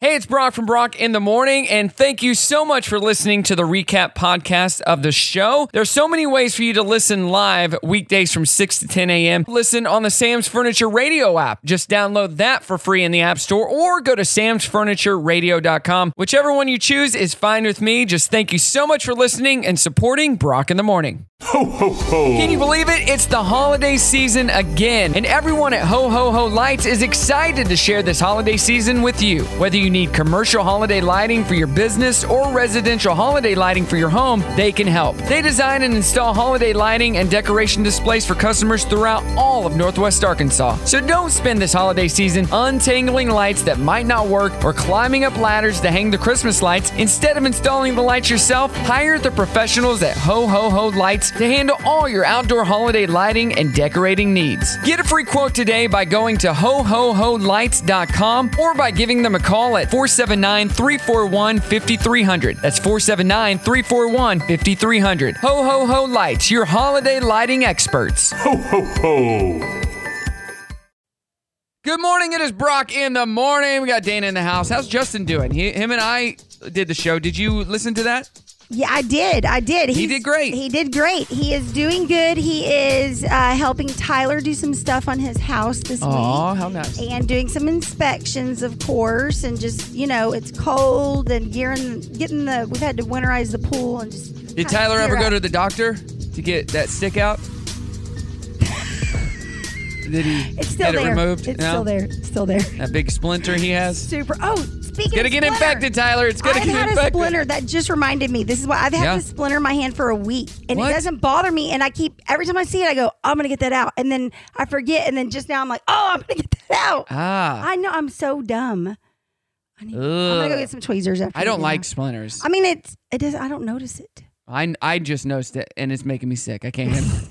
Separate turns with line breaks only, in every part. Hey, it's Brock from Brock in the Morning, and thank you so much for listening to the recap podcast of the show. There's so many ways for you to listen live weekdays from 6 to 10 a.m. Listen on the Sam's Furniture Radio app. Just download that for free in the App Store or go to samsfurnitureradio.com. Whichever one you choose is fine with me. Just thank you so much for listening and supporting Brock in the Morning.
Ho, ho, ho.
Can you believe it? It's the holiday season again, and everyone at Ho Ho Ho Lights is excited to share this holiday season with you. Whether you need commercial holiday lighting for your business or residential holiday lighting for your home, they can help. They design and install holiday lighting and decoration displays for customers throughout all of Northwest Arkansas. So don't spend this holiday season untangling lights that might not work or climbing up ladders to hang the Christmas lights. Instead of installing the lights yourself, hire the professionals at Ho Ho Ho Lights to handle all your outdoor holiday lighting and decorating needs. Get a free quote today by going to hohoholights.com or by giving them a call at 479 341 5300. That's 479 341 5300. Ho Ho Ho Lights, your holiday lighting experts.
Ho, ho, ho.
Good morning. It is Brock in the morning. We got Dana in the house. How's Justin doing? He, him and I did the show. Did you listen to that?
Yeah, I did. I did. He's-
did great.
He did great. He is doing good. He is uh, helping Tyler do some stuff on his house this
Aw,
week.
how nice.
And doing some inspections, of course, and just you know, it's cold and gearing, getting the. We've had to winterize the pool and just.
Did
kinda
Tyler
gear
ever go
up.
to the doctor to get that stick out? Did he
It's still
get
there.
it removed?
It's
No?
still there. It's still there.
That big splinter he has?
Super. Oh, speaking.
Gonna
of
get
splinter,
infected, Tyler. It's gonna
I've
get
had
infected.
a splinter that just reminded me. This is why I've had
Yeah.
this splinter in my hand for a week, and
What?
it doesn't bother me. And I keep every time I see it, I go, "I'm gonna get that out," and then I forget, and then just now I'm like, "Oh, I'm gonna get that out."
Ah.
I know I'm so dumb. I need, I'm gonna go
Ugh.
get some tweezers after.
I don't
dinner.
like splinters.
I mean, it's it does. I don't notice it.
I, I just noticed it and it's making me sick. I can't handle it.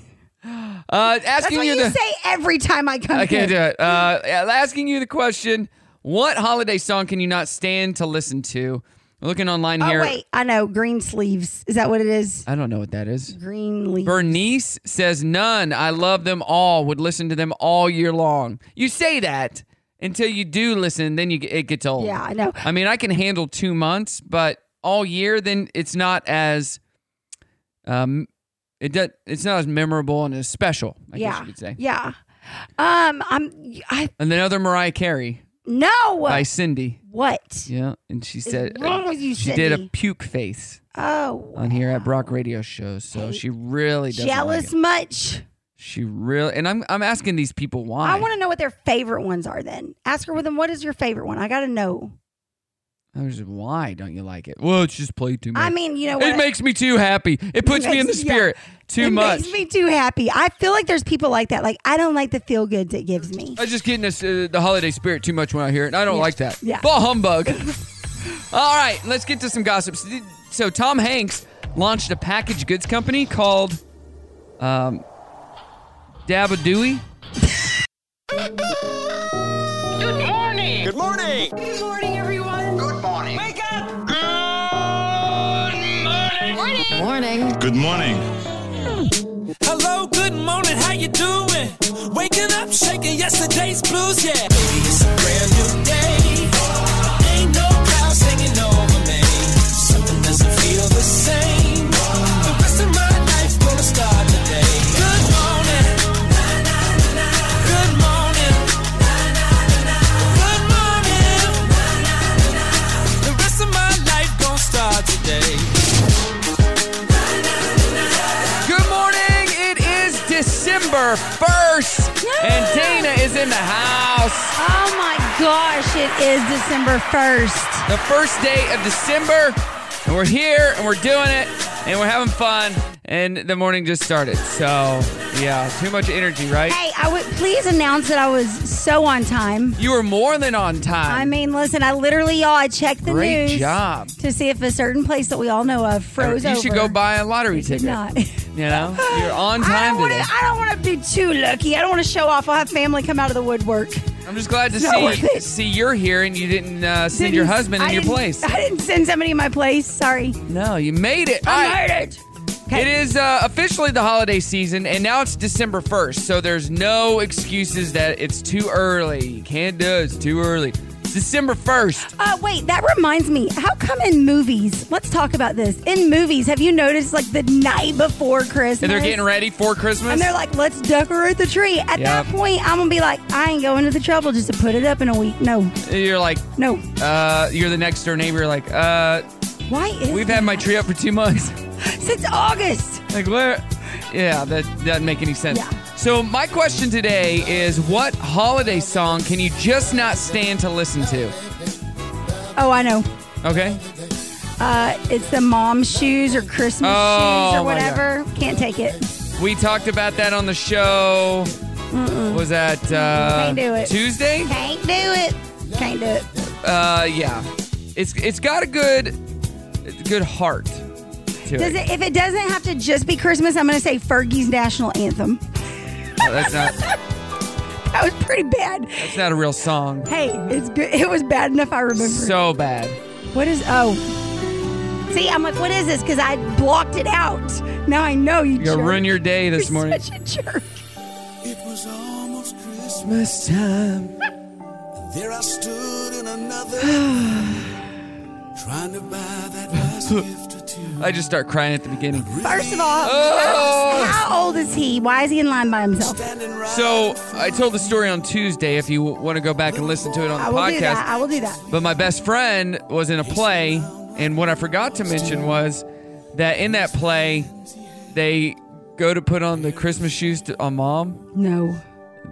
Uh,
That's
asking
what you,
the
say every time I come.
I can't do
here.
it. Uh, asking you the question, what holiday song can you not stand to listen to? Looking online
Oh
here. Uh,
wait, I know. Green sleeves. Is that what it is?
I don't know what that is.
Green leaves.
Bernice says none. I love them all. Would listen to them all year long. You say that until you do listen, then you it gets old.
Yeah, I know.
I mean, I can handle two months, but all year, then it's not as, um, it does, it's not as memorable and as special. I guess
yeah.
you could say.
Yeah. Um. I'm. I
And then other Mariah Carey
no.
by Cindy.
what?
Yeah, and she said
wrong with you,
she did a
Cindy?
puke face
Oh.
on here at Brock Radio shows, so she really doesn't like
jealous
it.
much.
She really, and I'm I'm asking these people why.
I want to know what their favorite ones are. Then ask her with them. What is your favorite one? I got to know.
I was just, why don't you like it? Well, it's just played too much.
I mean, you know, what?
it makes me too happy. It puts me in the
makes- yeah.
spirit too
it
much.
makes me too happy. I feel like there's people like that. Like I don't like the feel goods it gives me.
I just get in this, uh, the holiday spirit too much when I hear it, and I don't like that.
Yeah.
Ball humbug. All right, let's get to some gossip. So, Tom Hanks launched a packaged goods company called um, Dabadooey.
Good morning. Good morning. Good morning, everyone. Good morning. Wake up. Good morning. Morning.
Good morning.
Hello, good morning, how you doing? Waking up, shaking yesterday's blues, yeah. Baby, it's a brand new day. Ain't no clouds hanging over me. Something doesn't feel the same. The rest of my life's gonna start today. Good morning. Good morning. Good morning. The rest of my life gonna start today.
Good morning. It is December 1st, and Dana is in the house.
Oh my gosh! It is December first.
the first day of December, and we're here and we're doing it and we're having fun. And the morning just started, so yeah, too much energy, right?
Hey, I would please announce that I was so on time.
You were more than on time.
I mean, listen, I literally, y'all, I checked the
Great
news
job.
to see if a certain place that we all know of froze
you
over.
should go buy a lottery ticket.
Not.
You know, Oh, you're on
I
time
don't wanna-
today.
I don't want to be too lucky. I don't want to show off. I'll have family come out of the woodwork.
I'm just glad to
not worth
see
it.
see you're here and you didn't uh, send your
Didn't-
husband in
I
your
didn't-
place.
I didn't send somebody in my place. Sorry.
No, you made it. All right.
I made it.
It is uh, officially the holiday season, and now it's December 1st, so there's no excuses that it's too early. You can't do it, it's too early. It's December 1st.
Uh, wait, that reminds me. How come in movies? Let's talk about this. In movies, have you noticed like the night before Christmas?
And they're getting ready for Christmas.
And they're like, let's decorate the tree. At that
Yep.
point, I'm gonna be like, I ain't going to the trouble just to put it up in a week. No,
you're like,
no.
uh, you're the next door neighbor. You're like, uh,
Why is
we've had my
that?
tree up for two months.
since August?
Like where? Yeah, that doesn't make any sense.
Yeah.
So my question today is, what holiday song can you just not stand to listen to?
Oh, I know.
Okay.
Uh, it's the mom shoes or Christmas
Oh,
shoes
my God.
or whatever. Can't take it.
We talked about that on the show. Was that uh,
Can't do it.
Tuesday?
Can't do it. Can't do it.
Uh, yeah. It's it's got a good good heart. To
Does it? If it doesn't have to just be Christmas, I'm gonna say Fergie's national anthem.
Oh, that's not
That was pretty bad.
that's not a real song.
Hey, it's good. It was bad enough. I remember.
So bad.
what is? Oh, see, I'm like, what is this? Because I blocked it out. Now I know you.
You gonna
jerk.
ruin your day this
You're
morning.
Such a jerk.
It was almost Christmas.
Christmas time.
There I stood in another trying to buy that last gift or two.
I just start crying at the beginning.
First of all,
Oh.
how, how old is he? Why is he in line by himself?
Standing right
So I told the story on Tuesday. If you want to go back and listen to it on
I
the
will do
podcast,
that. I will do that.
But my best friend was in a play, and what I forgot to mention was that in that play, they go to put on the Christmas shoes to, on mom.
No.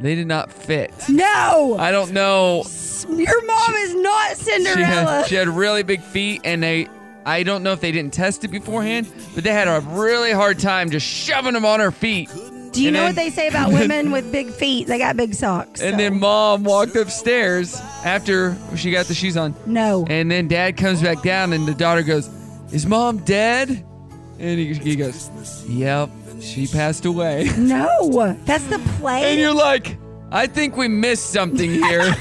They did not fit.
No.
I don't know.
your mom is not
She
Cinderella.
had, she had really big feet, and they. I don't know if they didn't test it beforehand, but they had a really hard time just shoving them on her feet.
do you
and
know
then-
what they say about women with big feet? They got big socks. so.
And then mom walked upstairs after she got the shoes on.
no.
And then dad comes back down, and the daughter goes, Is mom dead? And he, he goes, Yep, she passed away.
No, that's the
And
play.
you're like, I think we missed something here.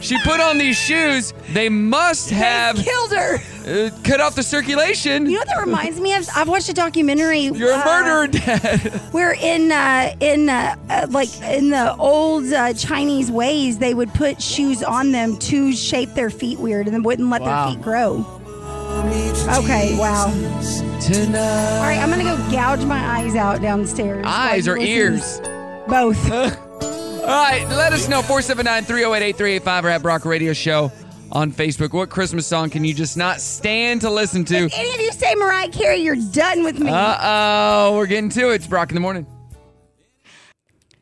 she put on these shoes. They must have
killed her.
uh, cut off the circulation.
You know what that reminds me of? I've watched a documentary.
You're a
uh,
murderer, dad.
Where in uh, in uh, uh, like in the old uh, Chinese ways, they would put shoes on them to shape their feet weird, and then wouldn't let
Wow.
their feet grow. Okay, wow. All right, I'm gonna go gouge my eyes out downstairs.
Eyes
while
or
you listen.
ears?
Both.
All right, let us know 479 308 8385 or at Brock Radio Show on Facebook. What Christmas song can you just not stand to listen to?
If any of you say Mariah Carey, you're done with me.
Uh oh, we're getting to it. It's Brock in the morning.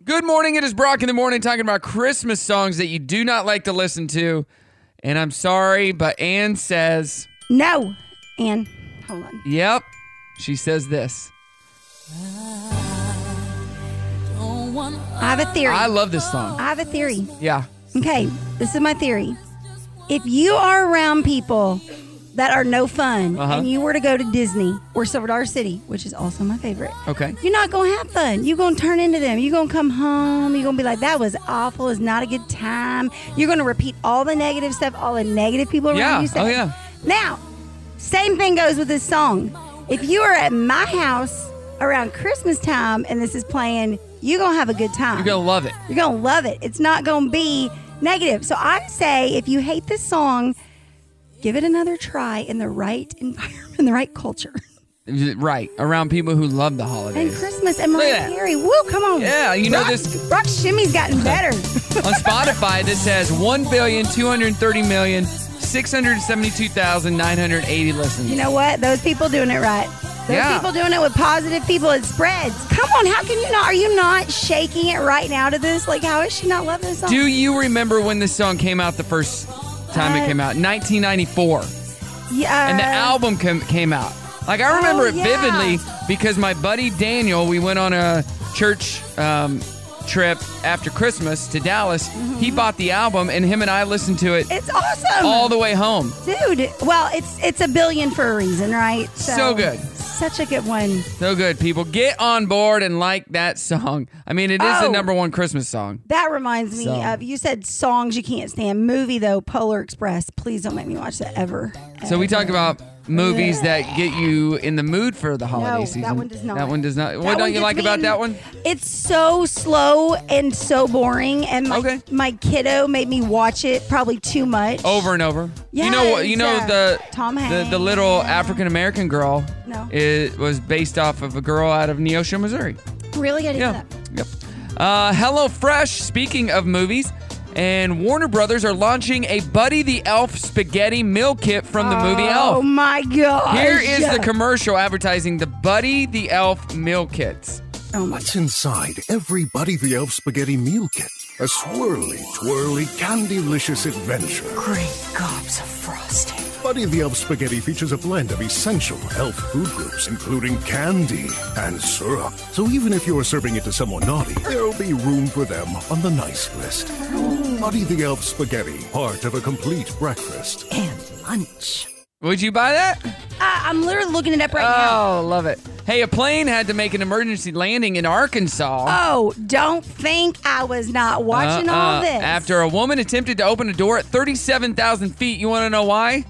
Good morning. It is Brock in the morning talking about Christmas songs that you do not like to listen to. And I'm sorry, but Ann says,
no, Anne. Hold on.
yep, she says this.
I have a theory.
I love this song.
I have a theory.
Yeah.
Okay, this is my theory. If you are around people that are no fun
Uh-huh.
and you were to go to Disney or Silver Dollar City, which is also my favorite,
Okay.
you're not going to have fun. You're going to turn into them. You're going to come home. You're going to be like, that was awful. It's not a good time. You're going to repeat all the negative stuff, all the negative people around
Yeah.
you say.
Oh, yeah.
Now, same thing goes with this song. If you are at my house around Christmas time and this is playing, you're going to have a good time.
You're going to love it.
You're going to love it. It's not going to be negative. So I say if you hate this song, give it another try in the right environment, in the right culture.
Right. Around people who love the
And
holidays.
Christmas and
Look at
Mariah
that.
Carey. Woo, come on.
Yeah, you know
Rock-
this-
Rock Shimmy's gotten better.
on Spotify, this has 1,230,672,980 listens.
you know what? Those people doing it right. Those
Yeah.
people doing it with positive people, it spreads. Come on, how can you not? Are you not shaking it right now to this? Like, how is she not loving this song?
Do you remember when this song came out the first time it
Uh,
came out? 1994.
yeah.
And the album com- came out. Like, I remember
Uh, Oh,
it
yeah.
vividly because my buddy Daniel, we went on a church um, trip after Christmas to Dallas. He bought the album, and him and I listened to it
Mm-hmm. It's awesome.
all the way home.
Dude, well, it's it's a billion for a reason, right?
So good.
Such a good one.
So good, people. Get on board and like that song. I mean, it is the
Oh.
number one Christmas song.
That reminds me
So-
of you said songs you can't stand. Movie though, Polar Express. Please don't make me watch that ever.
So we talk about movies that get you in the mood for the holiday
No,
season.
that one does not.
That one does not. What
That
don't
one
you
gets
like
me
about
in-
that one?
It's so slow and so boring, and my
Okay.
my kiddo made me watch it probably too much.
Over and over. you know what? You
Yes,
know
uh,
the
Tom
the,
Hanks.
the little African American girl.
No.
It was based off of a girl out of Neosho, Missouri.
Really good.
Yeah. Yep. Uh, Hello Fresh. Speaking of movies. And Warner Brothers are launching a Buddy the Elf spaghetti meal kit from the movie
Oh
Elf.
my god.
Here is the commercial advertising the Buddy the Elf meal kits.
What's inside every Buddy the Elf spaghetti meal kit? A swirly, twirly, candy-licious adventure.
Great gobs of frosting.
Buddy the Elf spaghetti features a blend of essential elf food groups, including candy and syrup. So even if you're serving it to someone naughty, there'll be room for them on the nice list. Buddy the Elf spaghetti, part of a complete breakfast.
And lunch.
Would you buy that?
I, I'm literally looking it up right
Oh,
now.
love it. Hey, a plane had to make an emergency landing in Arkansas.
Oh, don't think I was not watching
Uh,
all
uh,
this.
After a woman attempted to open a door at 37,000 feet. You want to know why?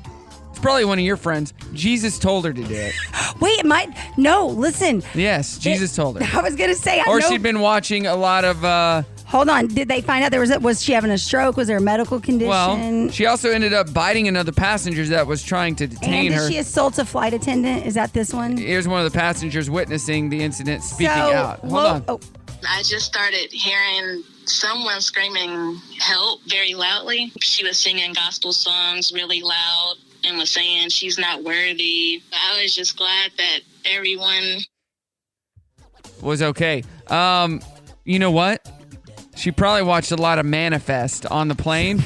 It's probably one of your friends. Jesus told her to do it.
Wait, it might no. Listen.
Yes, Jesus
It-
told her.
I was gonna say. I
Or
know,
she'd been watching a lot of, uh,
Hold on. Did they find out there was a, was she having a stroke? Was there a medical condition?
well, she also ended up biting another passenger that was trying to detain
and did
her.
she assault a flight attendant? Is that this one?
Here's one of the passengers witnessing the incident speaking
so,
out. Hold
lo-
on.
Oh,
I just started hearing someone screaming help very loudly. She was singing gospel songs really loud and was saying she's not worthy. I was just glad that everyone
was okay. Um, you know what? She probably watched a lot of Manifest on the plane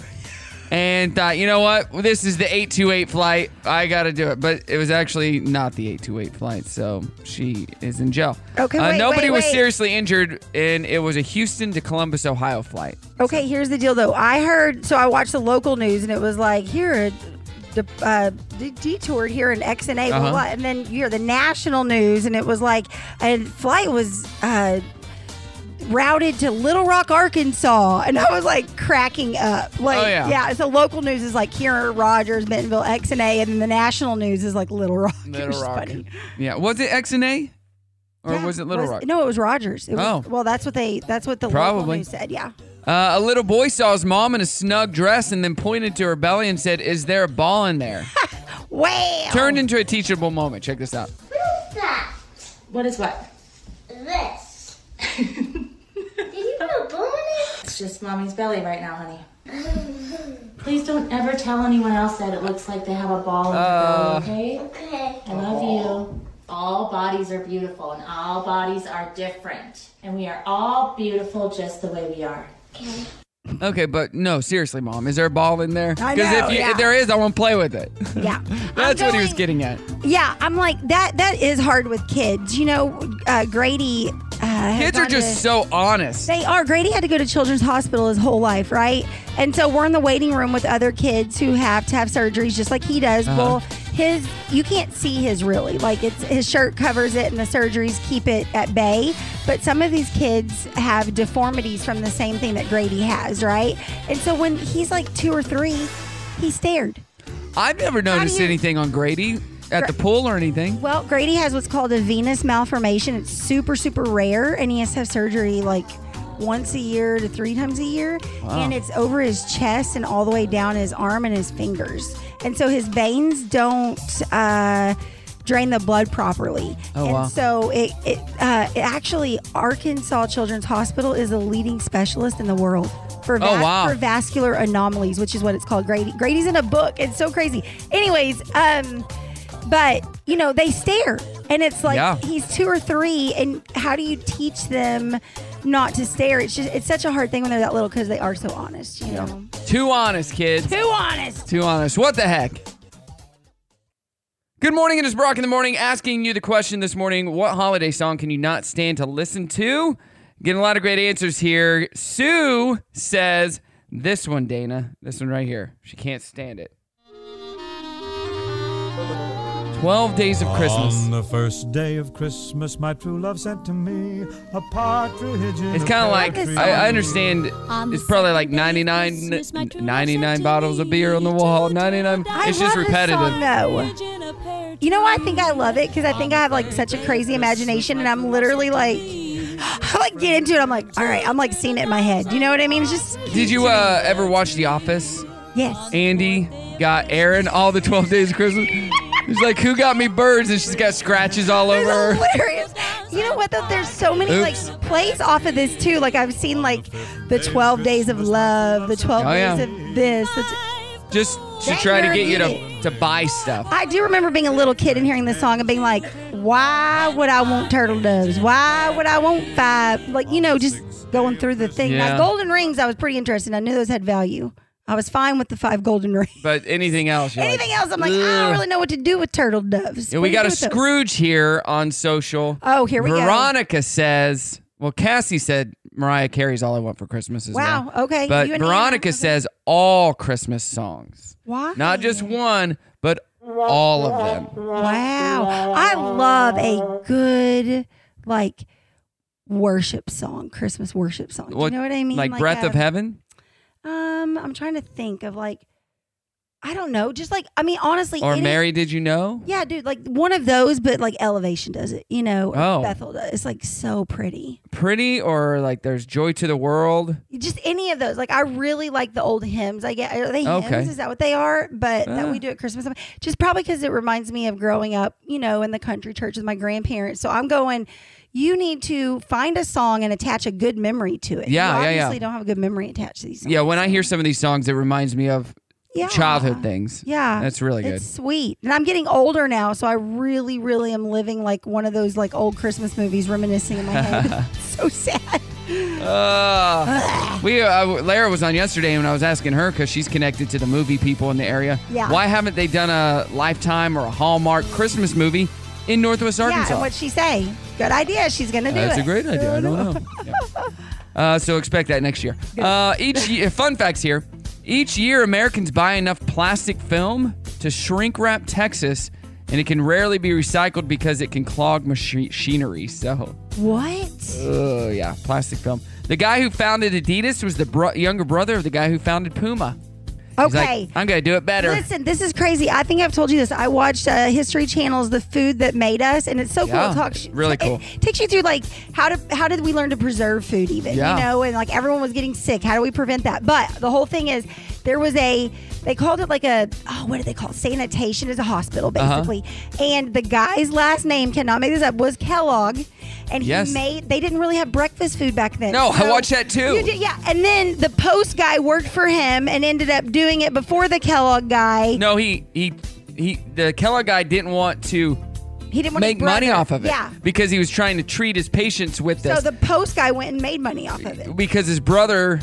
and thought, you know what? Well, this is the 828 flight. I got to do it. But it was actually not the 828 flight. So she is in jail.
Okay,
Uh,
wait,
nobody
wait,
was
wait.
seriously injured, and it was a Houston to Columbus, Ohio flight.
okay. Here's the deal, though. I heard. So I watched the local news, and it was like here. A, de- uh, de- detoured here in XNA, blah,
Uh-huh.
blah, blah. and then you hear the national news, and it was like a flight was uh, routed to Little Rock, Arkansas, and I was like cracking up. Like,
Oh, yeah.
So local news is like here, Rogers, Bentonville, XNA, and then the national news is like Little Rock. It was
Little
just
Rock.
funny.
Yeah. Was it X and A? Or
Yeah,
was it Little Rock?
No, it was Rogers. It was,
Oh.
well, that's what they. That's what the
Probably.
local news said. Yeah.
Uh, a little boy saw his mom in a snug dress and then pointed to her belly and said, Is there a ball in there?
Wow.
Turned into a teachable moment. Check this out.
What is what?
This. Did you put a bone in
It's just mommy's belly right now, honey. Please don't ever tell anyone else that it looks like they have a ball in their belly, okay?
it? Okay.
I love you. All bodies are beautiful and all bodies are different. And we are all beautiful just the way we are.
Okay, but no, seriously, mom, is there a ball in there?
I
if,
know,
you-
yeah.
if there is, I won't play with it.
Yeah.
That's
I'm
what he was
going-
getting at.
Yeah, I'm like that. That is hard with kids. You know, uh, Grady. Uh, had
Kids are
gone
just
to-
so honest.
They are. Grady had to go to Children's Hospital his whole life, right? And so we're in the waiting room with other kids who have to have surgeries just like he does. Well, his you can't see his really. Like it's his shirt covers it and the surgeries keep it at bay. But some of these kids have deformities from the same thing that Grady has, right? And so when he's like two or three, he stared.
I've never noticed
you-
anything on Grady at the pool or anything.
Well, Grady has what's called a venous malformation. It's super, super rare, and he has to have surgery like once a year to three times a year. And it's over his chest and all the way down his arm and his fingers. And so his veins don't. Uh, drain the blood properly
Oh,
and
wow.
so it, it, uh, it actually arkansas children's hospital is a leading specialist in the world for, va-
Oh, wow.
for vascular anomalies which is what it's called grady grady's in a book it's so crazy anyways um but you know they stare and it's like
Yeah.
he's two or three and how do you teach them not to stare it's just it's such a hard thing when they're that little because they are so honest you know
Too honest, kids.
too honest
Too honest. What the heck? Good morning, it is Brock in the morning asking you the question this morning what holiday song can you not stand to listen to? Getting a lot of great answers here. Sue says this one, Dana. This one right here. She can't stand it. 12 Days of Christmas.
On the first day of Christmas, my true love sent to me a partridge in
It's
a
kind of like,
pear tree.
I, I understand it's probably like 99, 99 bottles of beer on the wall, 99.
I
It's
love
just repetitive.
this song, though. You know why I think I love it? Because I think I have like such a crazy imagination, and I'm literally like, I like get into it. I'm like, all right, I'm like seeing it in my head. Do you know what I mean? It's just
Did you uh, ever watch The Office?
Yes.
Andy got Aaron all the 12 days of Christmas. He's like, who got me birds? And she's got scratches all over her.
hilarious. You know what? Though there's so many like plays off of this too. Like I've seen like the 12 days of love, the 12
Oh, yeah.
days of this. the-
Just to
That
try to
nerd
get you
did
to, to buy stuff.
I do remember being a little kid and hearing this song and being like, why would I want turtle doves? Why would I want five? Like, you know, just going through the thing.
Yeah.
Now, golden rings, I was pretty interested. I knew those had value. I was fine with the five golden rings.
But anything else? you're
Anything else, I'm like, I don't
"Ugh."
really know what to do with turtle doves.
Yeah,
What
we
do you
got
do
a
with those?
Scrooge here on social.
Oh, here we go.
Veronica says, well, Cassie said Mariah Carey's all I want for Christmas as
Wow,
well.
okay,
But
you and Anna,
Veronica says all Christmas songs.
Why?
Not just one, but all of them.
Wow. I love a good, like, worship song, Christmas worship song.
What-
do you know what I mean? uh,
Like, Breath
a-
of Heaven?
Um, I'm trying to think of like, I don't know, just like I mean, honestly,
Or
any-
Mary, did you know?
Yeah, dude, like one of those, but like Elevation does it, you know? or
Oh.
Bethel does. It's like so pretty.
Pretty or like there's Joy to the World?
Just any of those. Like I really like the old hymns. I get are they hymns?
Okay.
Is that what they are? But that
Ah.
we do at Christmas. time. Just probably because it reminds me of growing up, you know, in the country church with my grandparents. So I'm going. You need to find a song and attach a good memory to it.
Yeah,
you
yeah, yeah.
obviously Don't have a good memory attached to these.
Yeah, when I hear some of these songs, it reminds me of
Yeah.
childhood things.
Yeah.
That's really good.
It's sweet. And I'm getting older now, so I really, really am living like one of those like old Christmas movies reminiscing in my head. so sad.
Uh, we uh, Lara was on yesterday when I was asking her because she's connected to the movie people in the area.
Yeah.
Why haven't they done a Lifetime or a Hallmark Christmas movie in Northwest
Yeah,
Arkansas?
and what'd she say? Good idea. She's gonna do
That's
it.
a great idea. I don't know. Uh, so expect that next year. Uh, each year, fun facts here. Each year, Americans buy enough plastic film to shrink wrap Texas, and it can rarely be recycled because it can clog machi- machinery. So,
What?
oh yeah, plastic film. The guy who founded Adidas was the bro- younger brother of the guy who founded Puma. He's like,
Okay.
I'm gonna do it better.
Listen, this is crazy. I think I've told you this. I watched uh, History Channel's "The Food That Made Us," and it's so cool.
Yeah,
It talks
really
it
cool.
takes you through like how to how did we learn to preserve food, even
Yeah.
you know, and like everyone was getting sick. How do we prevent that? But the whole thing is there was a they called it like a oh what do they call it? sanitation is a hospital
Uh-huh.
basically, and the guy's last name cannot make this up was Kellogg, and
Yes.
he made they didn't really have breakfast food back then.
No, I watched that too.
You did, yeah, and then the post guy worked for him and ended up doing it before the Kellogg guy.
no, he he he. The Kellogg guy didn't want to
He didn't want his
make money
brother-
off of it
Yeah.
because he was trying to treat his patients with this.
So the post guy went and made money off of it.
because his brother.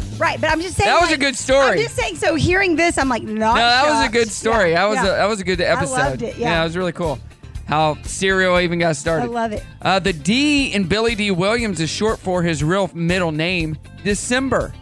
yeah.
Right. But I'm just saying
That was a
like,
good story.
I'm just saying. So hearing this, I'm like,
No,
not.
that was a
shocked.
good story.
Yeah,
that was
yeah.
a, that was a good episode.
I loved it. Yeah.
it was really cool. How cereal even got started.
I love it.
Uh, the D in Billy D. Williams is short for his real middle name, December.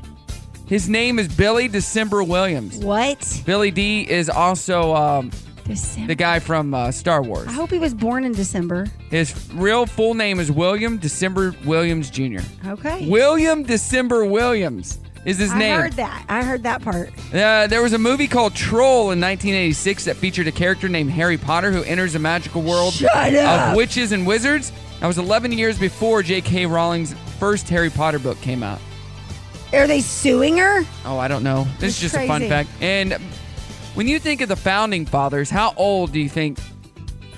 His name is Billy December Williams.
What?
Billy D is also um,
December.
the guy from uh, Star Wars.
I hope he was born in December.
His real full name is William December Williams Jr.
Okay.
William December Williams is his
I
name.
heard that. I heard that part.
Uh, there was a movie called Troll in 1986 that featured a character named Harry Potter who enters a magical world
Shut
of
up.
witches and wizards. That was 11 years before J.K. Rowling's first Harry Potter book came out.
Are they suing her?
Oh, I don't know. This is just
That's
a fun
crazy.
fact. And when you think of the founding fathers, how old do you think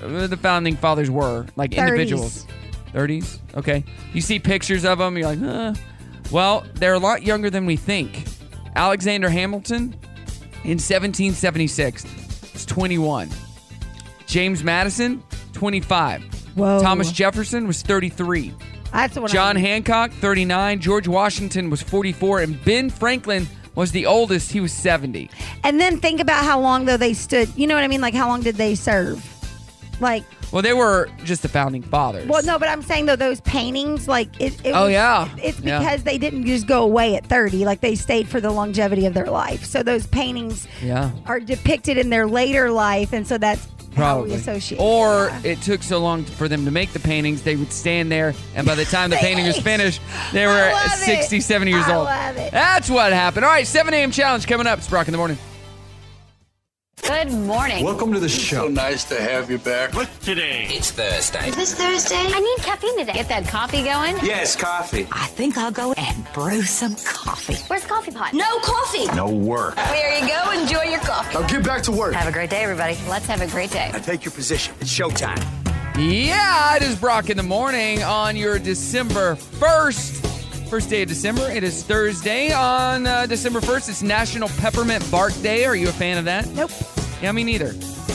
uh, the founding fathers were? Like
30s.
individuals? 30s? Okay. You see pictures of them, you're like, huh. Well, they're a lot younger than we think. Alexander Hamilton in 1776 was 21. James Madison, 25.
Whoa.
Thomas Jefferson was 33.
That's what
John
I
Hancock, 39. George Washington was 44. And Ben Franklin was the oldest. He was 70.
And then think about how long though they stood. You know what I mean? Like how long did they serve? Like,
Well, they were just the founding fathers.
well, no, but I'm saying though those paintings, like it. it
Oh,
was-
yeah.
It's
Yeah.
because they didn't just go away at 30. Like they stayed for the longevity of their life. So those paintings
Yeah.
are depicted in their later life, and so that's
Probably. Oh.
how we associate.
Or it took so long for them to make the paintings, they would stand there, and by the time the painting was finished, they were
love it.
60, 70 years
I
old.
love it.
That's what happened. All right, 7 a.m. challenge coming up. It's Brock in the morning.
Good morning.
Welcome to the show. So nice to have you back. What's today? It's Thursday.
Thursday? I need caffeine today. Get that coffee going.
Yes, coffee.
I think I'll go and brew some coffee.
Where's the coffee pot? No coffee.
No work.
There you go. Enjoy your coffee.
Now get back to work.
Have a great day, everybody. Let's have a great day.
Now take your position. It's showtime.
Yeah, it is Brock in the morning on your December 1st. First day of December. It is Thursday. On uh, December 1st, it's National Peppermint Bark Day. Are you a fan of that?
Nope.
Yeah, me neither.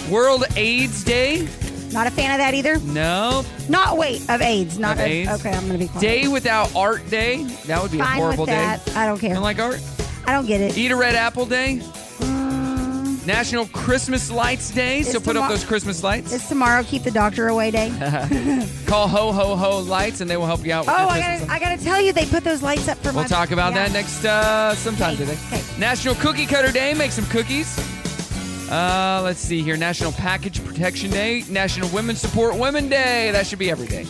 World AIDS Day.
Not a fan of that either.
No.
Not wait of AIDS. Not
Of
of-
AIDS?
Okay, I'm gonna be quiet.
Day without Art Day. That would be
Fine
a horrible
with that.
day.
I don't care.
Don't like e- art?
I don't get it.
Eat a red apple day. National Christmas Lights Day. So
Um, It's
put up
tomo-
those Christmas lights.
It's tomorrow. Keep the doctor away day.
Call Ho Ho Ho Lights and they will help you out
Oh,
with your
I
Christmas
gotta, I gotta tell you, they put those lights up for my.
We'll talk about
Yeah.
that next uh, sometime today. National Cookie Cutter Day. Make some cookies. Uh, let's see here. National Package Protection Day. National Women Support Women Day. That should be every day.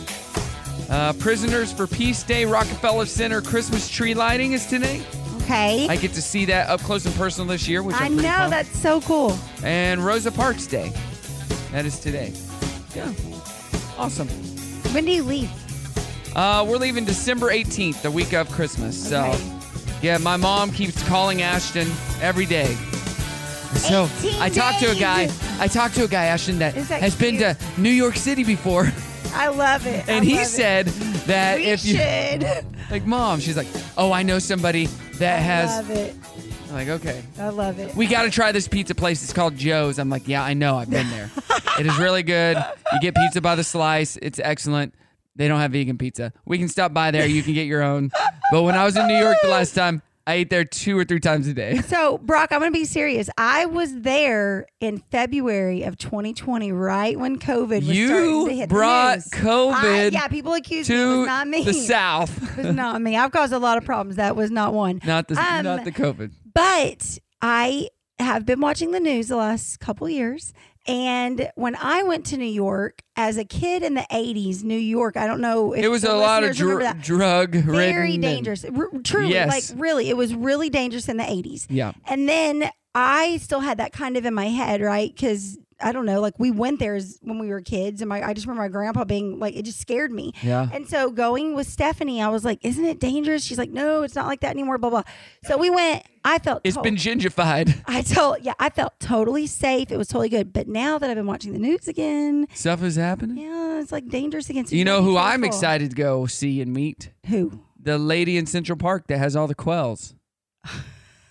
Uh, Prisoners for Peace Day. Rockefeller Center Christmas tree lighting is today.
Okay.
I get to see that up close and personal this year, which
I
I'm
know
pretty pumped.
that's so cool.
And Rosa Parks Day. That is today. Yeah. Awesome.
When do you leave?
Uh, we're leaving December 18th, the week of Christmas. So,
Okay.
yeah, my mom keeps calling Ashton every day. So,
18
I talked to a guy.
days.
I talked to a guy, Ashton, that,
Is that
has been
cute?
to New York City before.
I love it. I
And he
love it.
said that
We
if you.
should.
Like, mom, she's like, oh, I know somebody that
I
has.
love it.
I'm like, okay.
I love it.
We got to try this pizza place. It's called Joe's. I'm like, yeah, I know. I've been there. it is really good. You get pizza by the slice. It's excellent. They don't have vegan pizza. We can stop by there. You can get your own. But when I was in New York the last time, I ate there two or three times a day.
So, Brock, I'm going to be serious. I was there in February of 2020, right when COVID was starting to
You
hit
brought
the news. I-
COVID.
yeah, people accused me. It
to
was not me.
The South,
It was not me. I've caused a lot of problems. That was not one.
not the
Um,
not the COVID.
But I have been watching the news the last couple years. And when I went to New York as a kid in the 80s, New York, I don't know if
It was
the
a lot of
listeners remember
dr-
that.
drug
Very dangerous. R- truly,
Yes.
like really, it was really dangerous in the 80s.
Yeah.
And then I still had that kind of in my head, right? Because I don't know, like we went there as, when we were kids, and my I just remember my grandpa being like, it just scared me.
Yeah.
And so going with Stephanie, I was like, isn't it dangerous? She's like, no, it's not like that anymore. Blah blah. So we went. I felt
It's
to-
been gingified.
I told yeah, I felt totally safe. It was totally good. But now that I've been watching the news again,
Stuff is happening.
yeah, it's like dangerous against
You know who I'm excited to go see and meet?
Who?
The lady in Central Park that has all the quells.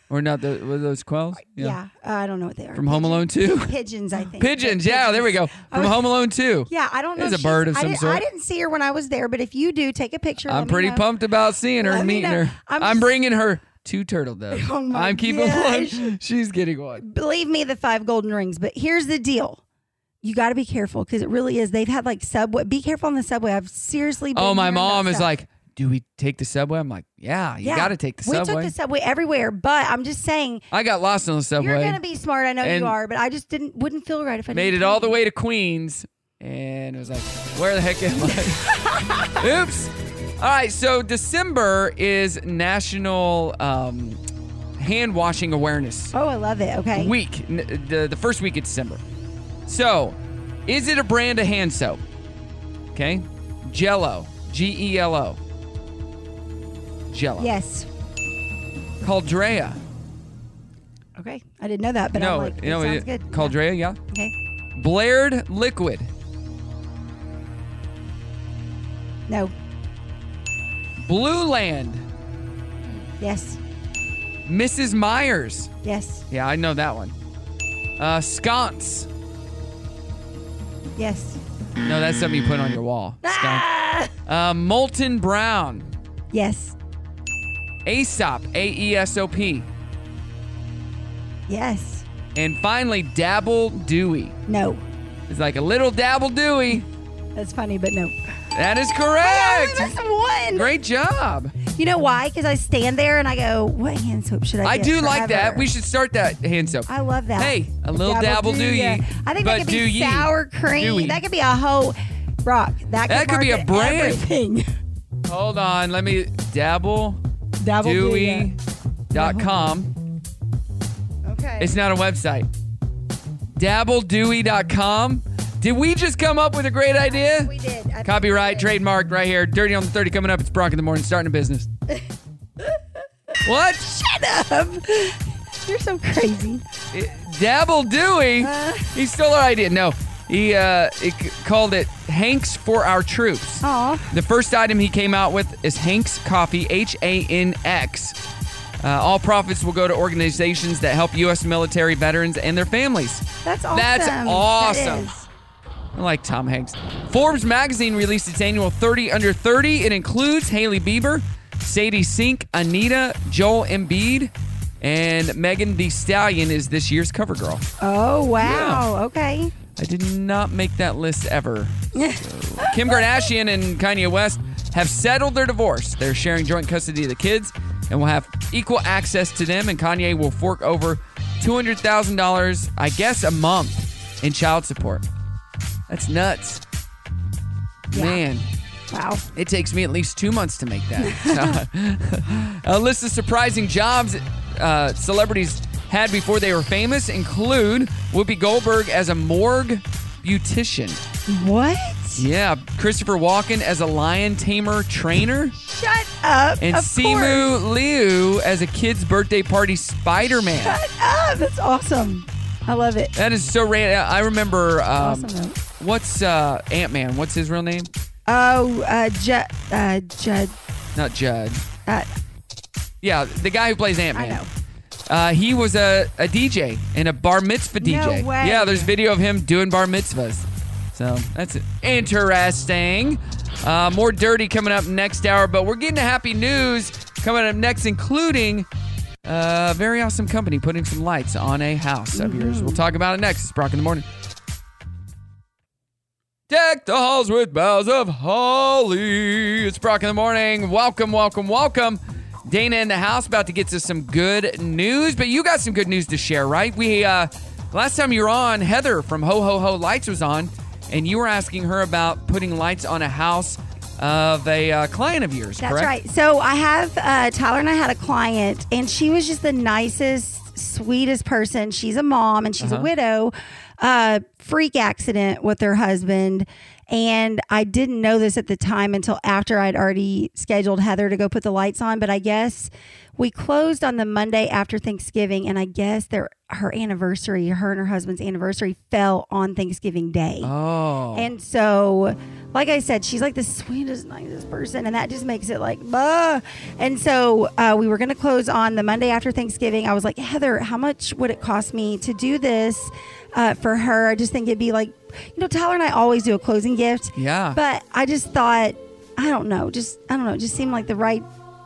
or not the were those quells?
Yeah, uh, I don't know what they are.
From Home Alone 2?
Pigeons, I think.
Pigeons. Yeah, there we go. From
was-
Home Alone 2.
Yeah, I don't know.
It's
if
a bird
she's-
of
I
some
didn't- I
sort.
didn't see her when I was there, but if you do, take a picture. let
I'm
me
pretty
know.
pumped about seeing her
Let
and
me
meeting
know.
her.
I'm
I'm,
just-
bringing her two turtle doves.
Oh my
I'm keeping
gosh.
one. She's getting one.
Believe me, the five golden rings. But here's the deal. You got to be careful because it really is. They've had like subway. Be careful on the subway. I've seriously. Been
Oh, my
hearing about
mom is
stuff.
like, "Do we take the subway?" I'm like, "Yeah, you
Yeah,
got to take the
we
subway."
took the subway everywhere, but I'm just saying
I got lost on the subway.
you're gonna be smart. I know
And-
you are, but I just didn't wouldn't feel right if I
made
didn't
it all
tell
the way to Queens, and it was like, where the heck am I? Oops. All right, so December is National um, Hand Washing Awareness
you. Oh, I love it. Okay.
Week, n- the, the first week of December. So, is it a brand of hand soap? Okay. Jello, G E L O. Jello.
Yes.
Caldrea.
Okay. I didn't know that, but
no,
I'm like,
you know,
it sounds
it-
good.
Caldrea, yeah.
Okay.
Blared Liquid.
No.
Blue Land.
Yes.
Mrs. Myers.
Yes.
Yeah, I know that one. Uh, sconce.
Yes.
No, that's something you put on your wall.
Ah!
Sconce. Uh, molten brown.
Yes.
Aesop. A E S O P.
Yes.
And finally, dabble dewy.
No.
It's like a little dabble dewy.
That's funny, but no.
That is
I
correct.
only missed one.
Great job.
You know why? Because I stand there and I go, "What hand soap should I?"
I
get
do like that.
forever?"
We should start that hand soap.
I love that.
Hey, a little dabble, do
ya.
ye,
I
but
think that could
do
be
ye.
sour
Do ye.
cream. That could be a whole rock. That could,
That could be a
market
brand.
Everything.
Hold on, let me dabble
Dabble
dewy dot com.
Okay.
It's not a website. dabbledewey.com. Did we just come up with a great idea? We
did.
Copyright, trademark, right here. Dirty on the 30 coming up. It's Brock in the morning, starting a business. what?
Shut up. You're so crazy.
Dabble Dewey? he stole our idea. No, he, uh, he c- called it Hanks for Our Troops.
Aw.
The first item he came out with is Hanks Coffee, H A N X. Uh, all profits will go to organizations that help U.S. military veterans and their families.
That's awesome.
That's
That
awesome.
is.
I like Tom Hanks. Forbes magazine released its annual 30 Under 30. It includes Haley Bieber, Sadie Sink, Anita, Joel Embiid, and Megan the Stallion is this year's cover girl.
Oh, wow. Okay.
I did not make that list ever. Kim Kardashian and Kanye West have settled their divorce. They're sharing joint custody of the kids and will have equal access to them. And Kanye will fork over $200,000, I guess, a month in child support. That's nuts. Man.
Wow.
It takes me at least two months to make that. So, a list of surprising jobs uh, celebrities had before they were famous include Whoopi Goldberg as a morgue beautician.
What?
Yeah, Christopher Walken as a lion tamer trainer,
Shut up.
and
of course.
Simu Liu as a kid's birthday party Spider Man.
Shut up. That's awesome. I love it.
That is so random. I remember. Um,
Awesome, though.
what's uh, Ant Man? What's his real name?
Oh, uh, Judd. Uh, Judd.
Not Judd.
Uh,
Yeah, the guy who plays Ant Man.
know.
Uh, he was a, a DJ and a bar mitzvah
No
DJ.
way.
Yeah, there's video of him doing bar mitzvahs. So that's interesting. Uh, more dirty coming up next hour, but we're getting to happy news coming up next, including a very awesome company putting some lights on a house of yours.
Mm-hmm.
We'll talk about it next. It's Brock in the morning. Deck the halls with boughs of holly. It's Brock in the morning. Welcome, welcome, welcome. Dana in the house about to get to some good news, but you got some good news to share, right? We uh last time you were on, Heather from Ho Ho Ho Lights was on, and you were asking her about putting lights on a house of a uh, client of yours,
That's
correct?
right. So I have uh, Tyler and I had a client, and she was just the nicest, sweetest person. She's a mom and she's a
Uh-huh.
widow. Uh, freak accident with her husband. And I didn't know this at the time until after I'd already scheduled Heather to go put the lights on. But I guess we closed on the Monday after Thanksgiving, and I guess their her anniversary, her and her husband's anniversary, fell on Thanksgiving Day.
Oh.
And so, like I said, she's like the sweetest, nicest person, and that just makes it like, bah. And so, uh, we were going to close on the Monday after Thanksgiving. I was like, Heather, how much would it cost me to do this uh, for her? I just think it'd be like, you know, Tyler and I always do a closing gift.
Yeah.
But I just thought, I don't know, just, I don't know, it just seemed like the right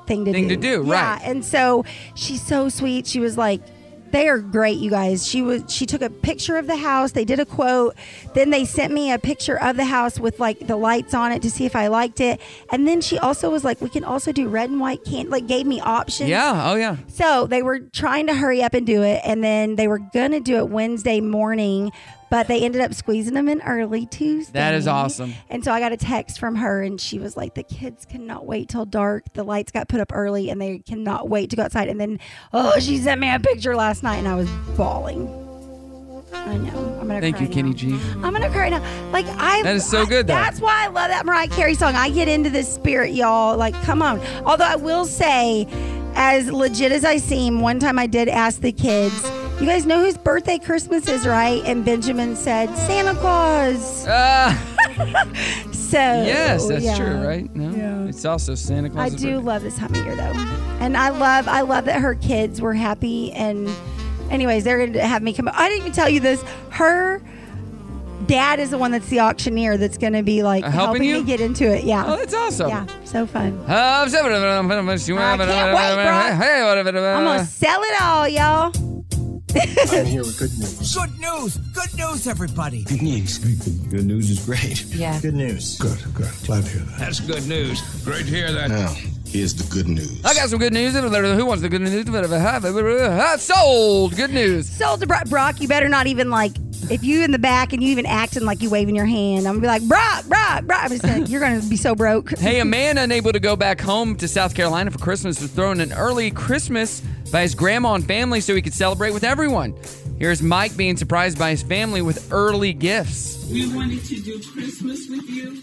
thing to
Thing
do.
to do,
Yeah.
right.
And so, she's so sweet. She was like, they are great you guys she was she took a picture of the house they did a quote then they sent me a picture of the house with like the lights on it to see if i liked it and then she also was like we can also do red and white can like gave me options
Yeah, oh yeah.
so they were trying to hurry up and do it and then they were gonna do it wednesday morning but they ended up squeezing them in early tuesday
That is awesome.
and so I got a text from her, and she was like, "The kids cannot wait till dark. The lights got put up early, and they cannot wait to go outside." And then, oh, she sent me a picture last night, and I was bawling. I know. I'm gonna.
Thank
cry
you, Kenny G.
Now. I'm gonna cry now. Like I.
That is so
I-
good, though.
That's why I love that Mariah Carey song. I get into this spirit, y'all. Like, come on. Although I will say, as legit as I seem, one time I did ask the kids. You guys know whose birthday Christmas is, right? And Benjamin said, Santa Claus. so.
yes, that's
yeah.
true, right? No, it's also Santa
I
Claus.
do love this time of year though, and I love I love that her kids were happy. And anyways, they're gonna have me come. I didn't even tell you this. Her dad is the one that's the auctioneer that's gonna be like
Uh, helping you?
me get into it. Yeah.
Oh, that's awesome.
Yeah, so fun.
Uh, I can't wait,
I'm gonna sell it all, y'all.
I'm here with good news.
Good news! Good news, everybody!
Good news. Good news is great. Yeah. Good news. Good, good. Glad to hear that.
That's good news. Great to hear that.
Now, here's the good news.
I got some good news. Who wants the good news? Sold. Good news.
Sold to Brock. Brock, you better not even like. If you in the back and you even acting like you waving your hand, I'm gonna be like Brock, Brock, Brock. I'm just gonna, you're gonna be so broke.
Hey, a man unable to go back home to South Carolina for Christmas was thrown an early Christmas by his grandma and family so he could celebrate with everyone. Here's Mike being surprised by his family with early gifts.
We wanted to do Christmas with you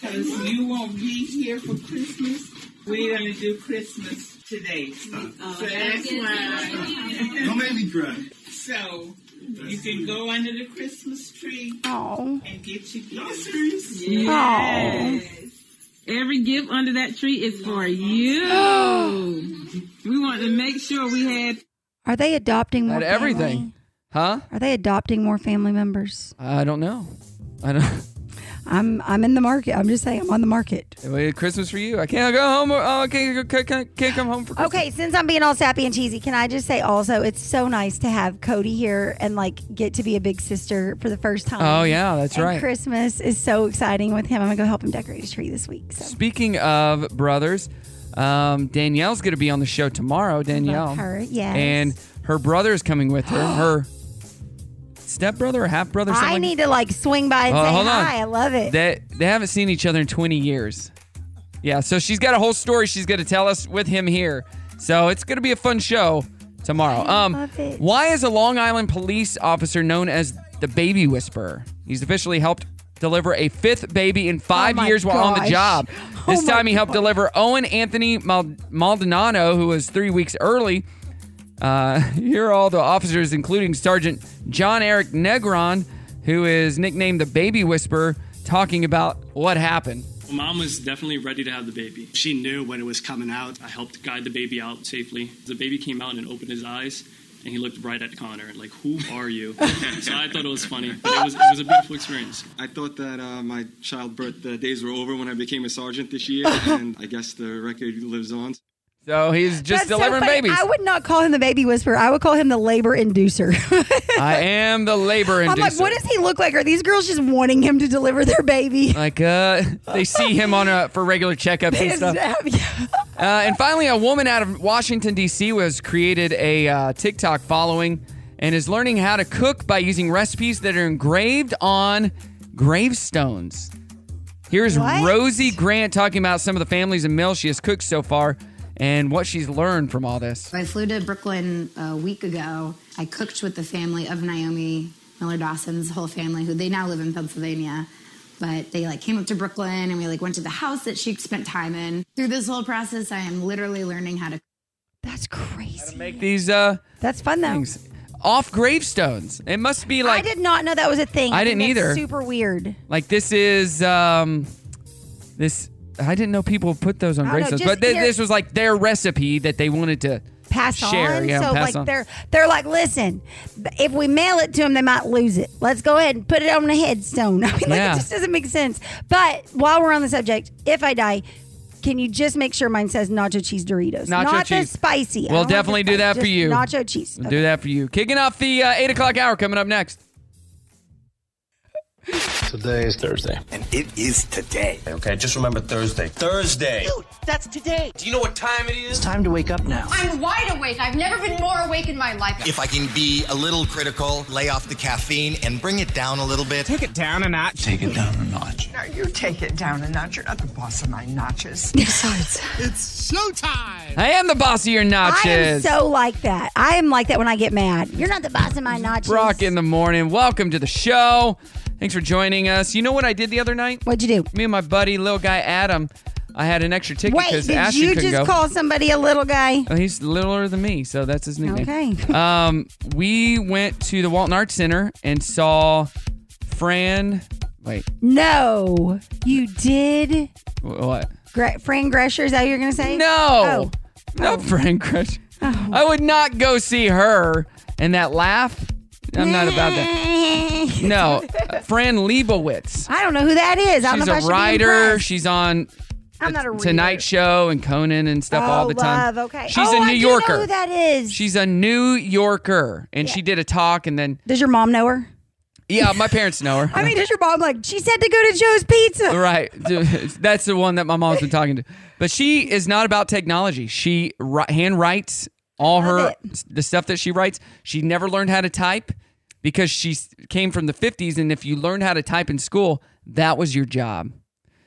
because you won't be here for Christmas. We're going to do Christmas today. so that's why.
Don't make me cry.
So you can go under the Christmas tree and get your gifts.
Aw.
Yes. Every gift under that tree is for you. we want to make sure we had
Are they adopting more?
Had everything. Huh?
Are they adopting more family members?
I don't know. I don't.
I'm I'm in the market. I'm just saying I'm on the market.
Wait, Christmas for you. I can't go home. Oh, I can't, can't, can't, can't come home for Christmas.
Okay, since I'm being all sappy and cheesy, can I just say also it's so nice to have Cody here and like get to be a big sister for the first time.
Oh, yeah, that's
And
right.
Christmas is so exciting with him. I'm gonna go help him decorate his tree this week. So
Speaking of brothers, um, Danielle's going to be on the show tomorrow. Danielle.
her, yes.
And her brother is coming with her. Her stepbrother or half brother.
I need to like swing by and
Oh,
say
hold on.
hi. I love it.
They, they haven't seen each other in 20 years. Yeah, so she's got a whole story she's going to tell us with him here. So it's going to be a fun show tomorrow. um,
love it.
Why is a Long Island police officer known as the baby whisperer? He's officially helped deliver a fifth baby in five
my
years while on the
gosh.
job.
Oh
This
my
time he helped
gosh.
deliver Owen Anthony Mal- Maldonado, who was three weeks early. Uh, here are all the officers, including Sergeant John Eric Negron, who is nicknamed the Baby Whisperer, talking about what happened.
Mom was definitely ready to have the baby. She knew when it was coming out. I helped guide the baby out safely. The baby came out and opened his eyes, and he looked right at Connor and like, "Who are you?" so I thought it was funny, but it was it was a beautiful experience.
I thought that uh, my childbirth uh, days were over when I became a sergeant this year, and I guess the record lives on.
So he's just
That's so
delivering
funny.
babies.
I would not call him the baby whisperer. I would call him the labor inducer.
I am the labor inducer.
I'm like, what does he look like? Are these girls just wanting him to deliver their baby?
Like, uh, they see him on a for regular checkups and stuff. Uh, and finally, a woman out of Washington D.C. was created a uh, TikTok following and is learning how to cook by using recipes that are engraved on gravestones. Here's
What?
Rosie Grant talking about some of the families and meals she has cooked so far and what she's learned from all this.
I flew to Brooklyn uh, a week ago. I cooked with the family of Naomi Miller Dawson's whole family, who they now live in Pennsylvania. But they like came up to Brooklyn and we like went to the house that she spent time in. Through this whole process, I am literally learning how to
Make these. Uh,
That's fun though.
Things. Off gravestones. It must be like
I did not know that was a thing.
I didn't
think that's
either.
Super weird.
Like this is um this I didn't know people put those on
I don't know,
gravestones, but
just
thi-
here-
this was like their recipe that they wanted to
Pass
share.
on.
Yeah,
so
pass
like
on.
they're they're like, listen, if we mail it to them, they might lose it. Let's go ahead and put it on a headstone. I mean, like
Yeah.
it just doesn't make sense. But while we're on the subject, if I die. Can you just make sure mine says nacho cheese Doritos?
Nacho
Not the
cheese.
spicy. I
We'll
don't like the
definitely do
spicy,
that for
just
you.
Nacho cheese.
We'll do that for you. Kicking off the uh, eight o'clock hour coming up next.
Today is Thursday. And it is today. Okay, just remember Thursday. Thursday.
That's today.
Do you know what time it is? It's time to wake up now.
I'm wide awake. I've never been more awake in my life.
If I can be a little critical, lay off the caffeine and bring it down a little bit. Take it down a notch. Take it down a notch.
No, you take it down a notch. You're not the boss of my notches.
Besides,
it's showtime.
I am the boss of your notches.
I am so like that. I am like that when I get mad. You're not the boss of my notches.
Brock in the morning. Welcome to the show. Thanks for joining us. You know what I did the other night?
What'd you do?
Me and my buddy, little guy Adam, I had an extra ticket
Wait,
because
did
Ashley
you
couldn't
just
go.
call somebody a little guy?
Oh, he's littler than me, so that's his nickname.
Okay.
um, we went to the Walton Arts Center and saw Fran. Wait,
No, you did.
wh- what?
Gre- Fran Gresher, is that what you're going to say? Oh.
No, no, Fran Crush. I would not go see her and that laugh. I'm not about that. No, uh, Fran Lebowitz.
I don't know who that is. I don't
She's
know
a
if I should be
writer.
impressed.
She's on
I'm not a reader.
Tonight Show and Conan and stuff all
Oh,
the time.
love, okay.
She's
Oh,
a
I
New
do know
Yorker.
who that is.
She's a New Yorker, and she did a talk, and then
Does your mom know her?
yeah, my parents know her.
I mean, does your mom like? She said to go to Joe's Pizza.
right. That's the one that my mom's been talking to. But she is not about technology. She ri- hand writes all her the stuff that she writes. She never learned how to type because she s- came from the 50s and if you learned how to type in school, that was your job.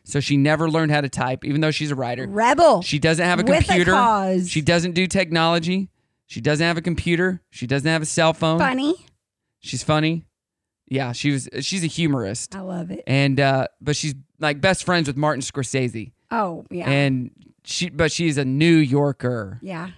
So she never learned how to type even though she's a writer.
Rebel.
She doesn't have a
With a
computer.
cause.
She doesn't do technology. She doesn't have a computer. She doesn't have a cell phone.
Funny.
She's funny. Yeah, she was. She's a humorist,
I love it.
and uh, but she's like best friends with Martin Scorsese.
Oh, yeah.
And she, but she's a New Yorker.
yeah.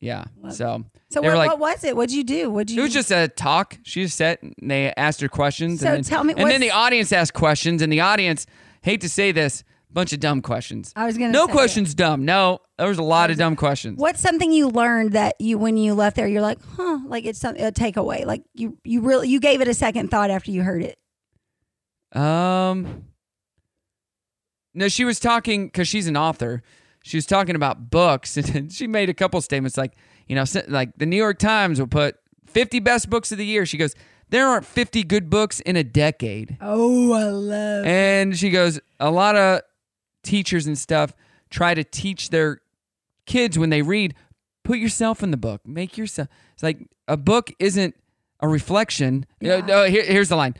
Yeah.
Love
so
So
they were
what,
like,
what was it? What'd you do? What'd you
it was just a talk. She just sat and they asked her questions.
So
and then,
tell me,
And then
what's-
the audience asked questions, and the audience hate to say this, bunch of dumb questions.
I was gonna
no
say
questions dumb. No, there was a lot of dumb questions.
What's something you learned that you when you left there you're like, "Huh, like it's some a takeaway. Like you you really you gave it a second thought after you heard it."
Um, no, she was talking because she's an author. She was talking about books, and then she made a couple statements like, you know, s- like the New York Times will put 50 best books of the year. She goes, there aren't 50 good books in a decade.
Oh, I love.
And she goes, a lot of teachers and stuff try to teach their kids when they read, put yourself in the book, make yourself. It's like a book isn't a reflection. You know, no, here- here's the line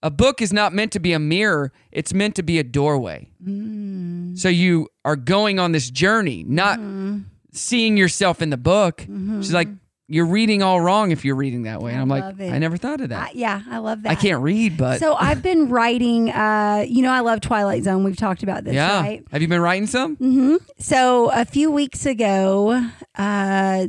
a book is not meant to be a mirror, it's meant to be a doorway.
Mm.
So you are going on this journey, not
Mm-hmm.
seeing yourself in the book. She's like, you're reading all wrong if you're reading that way. And I'm like,
love it.
I never thought of that.
I, yeah, I love that.
I can't uh, read, but
So I've been writing uh you know I love Twilight Zone. We've talked about this,
yeah.
right?
Have you been writing some?
hmm So a few weeks ago, uh,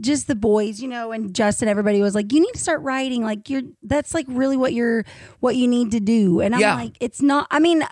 just the boys, you know, and Justin, everybody was like, "You need to start writing. Like you're that's like really what you're what you need to do." And I'm
Yeah.
like, "It's not. I mean."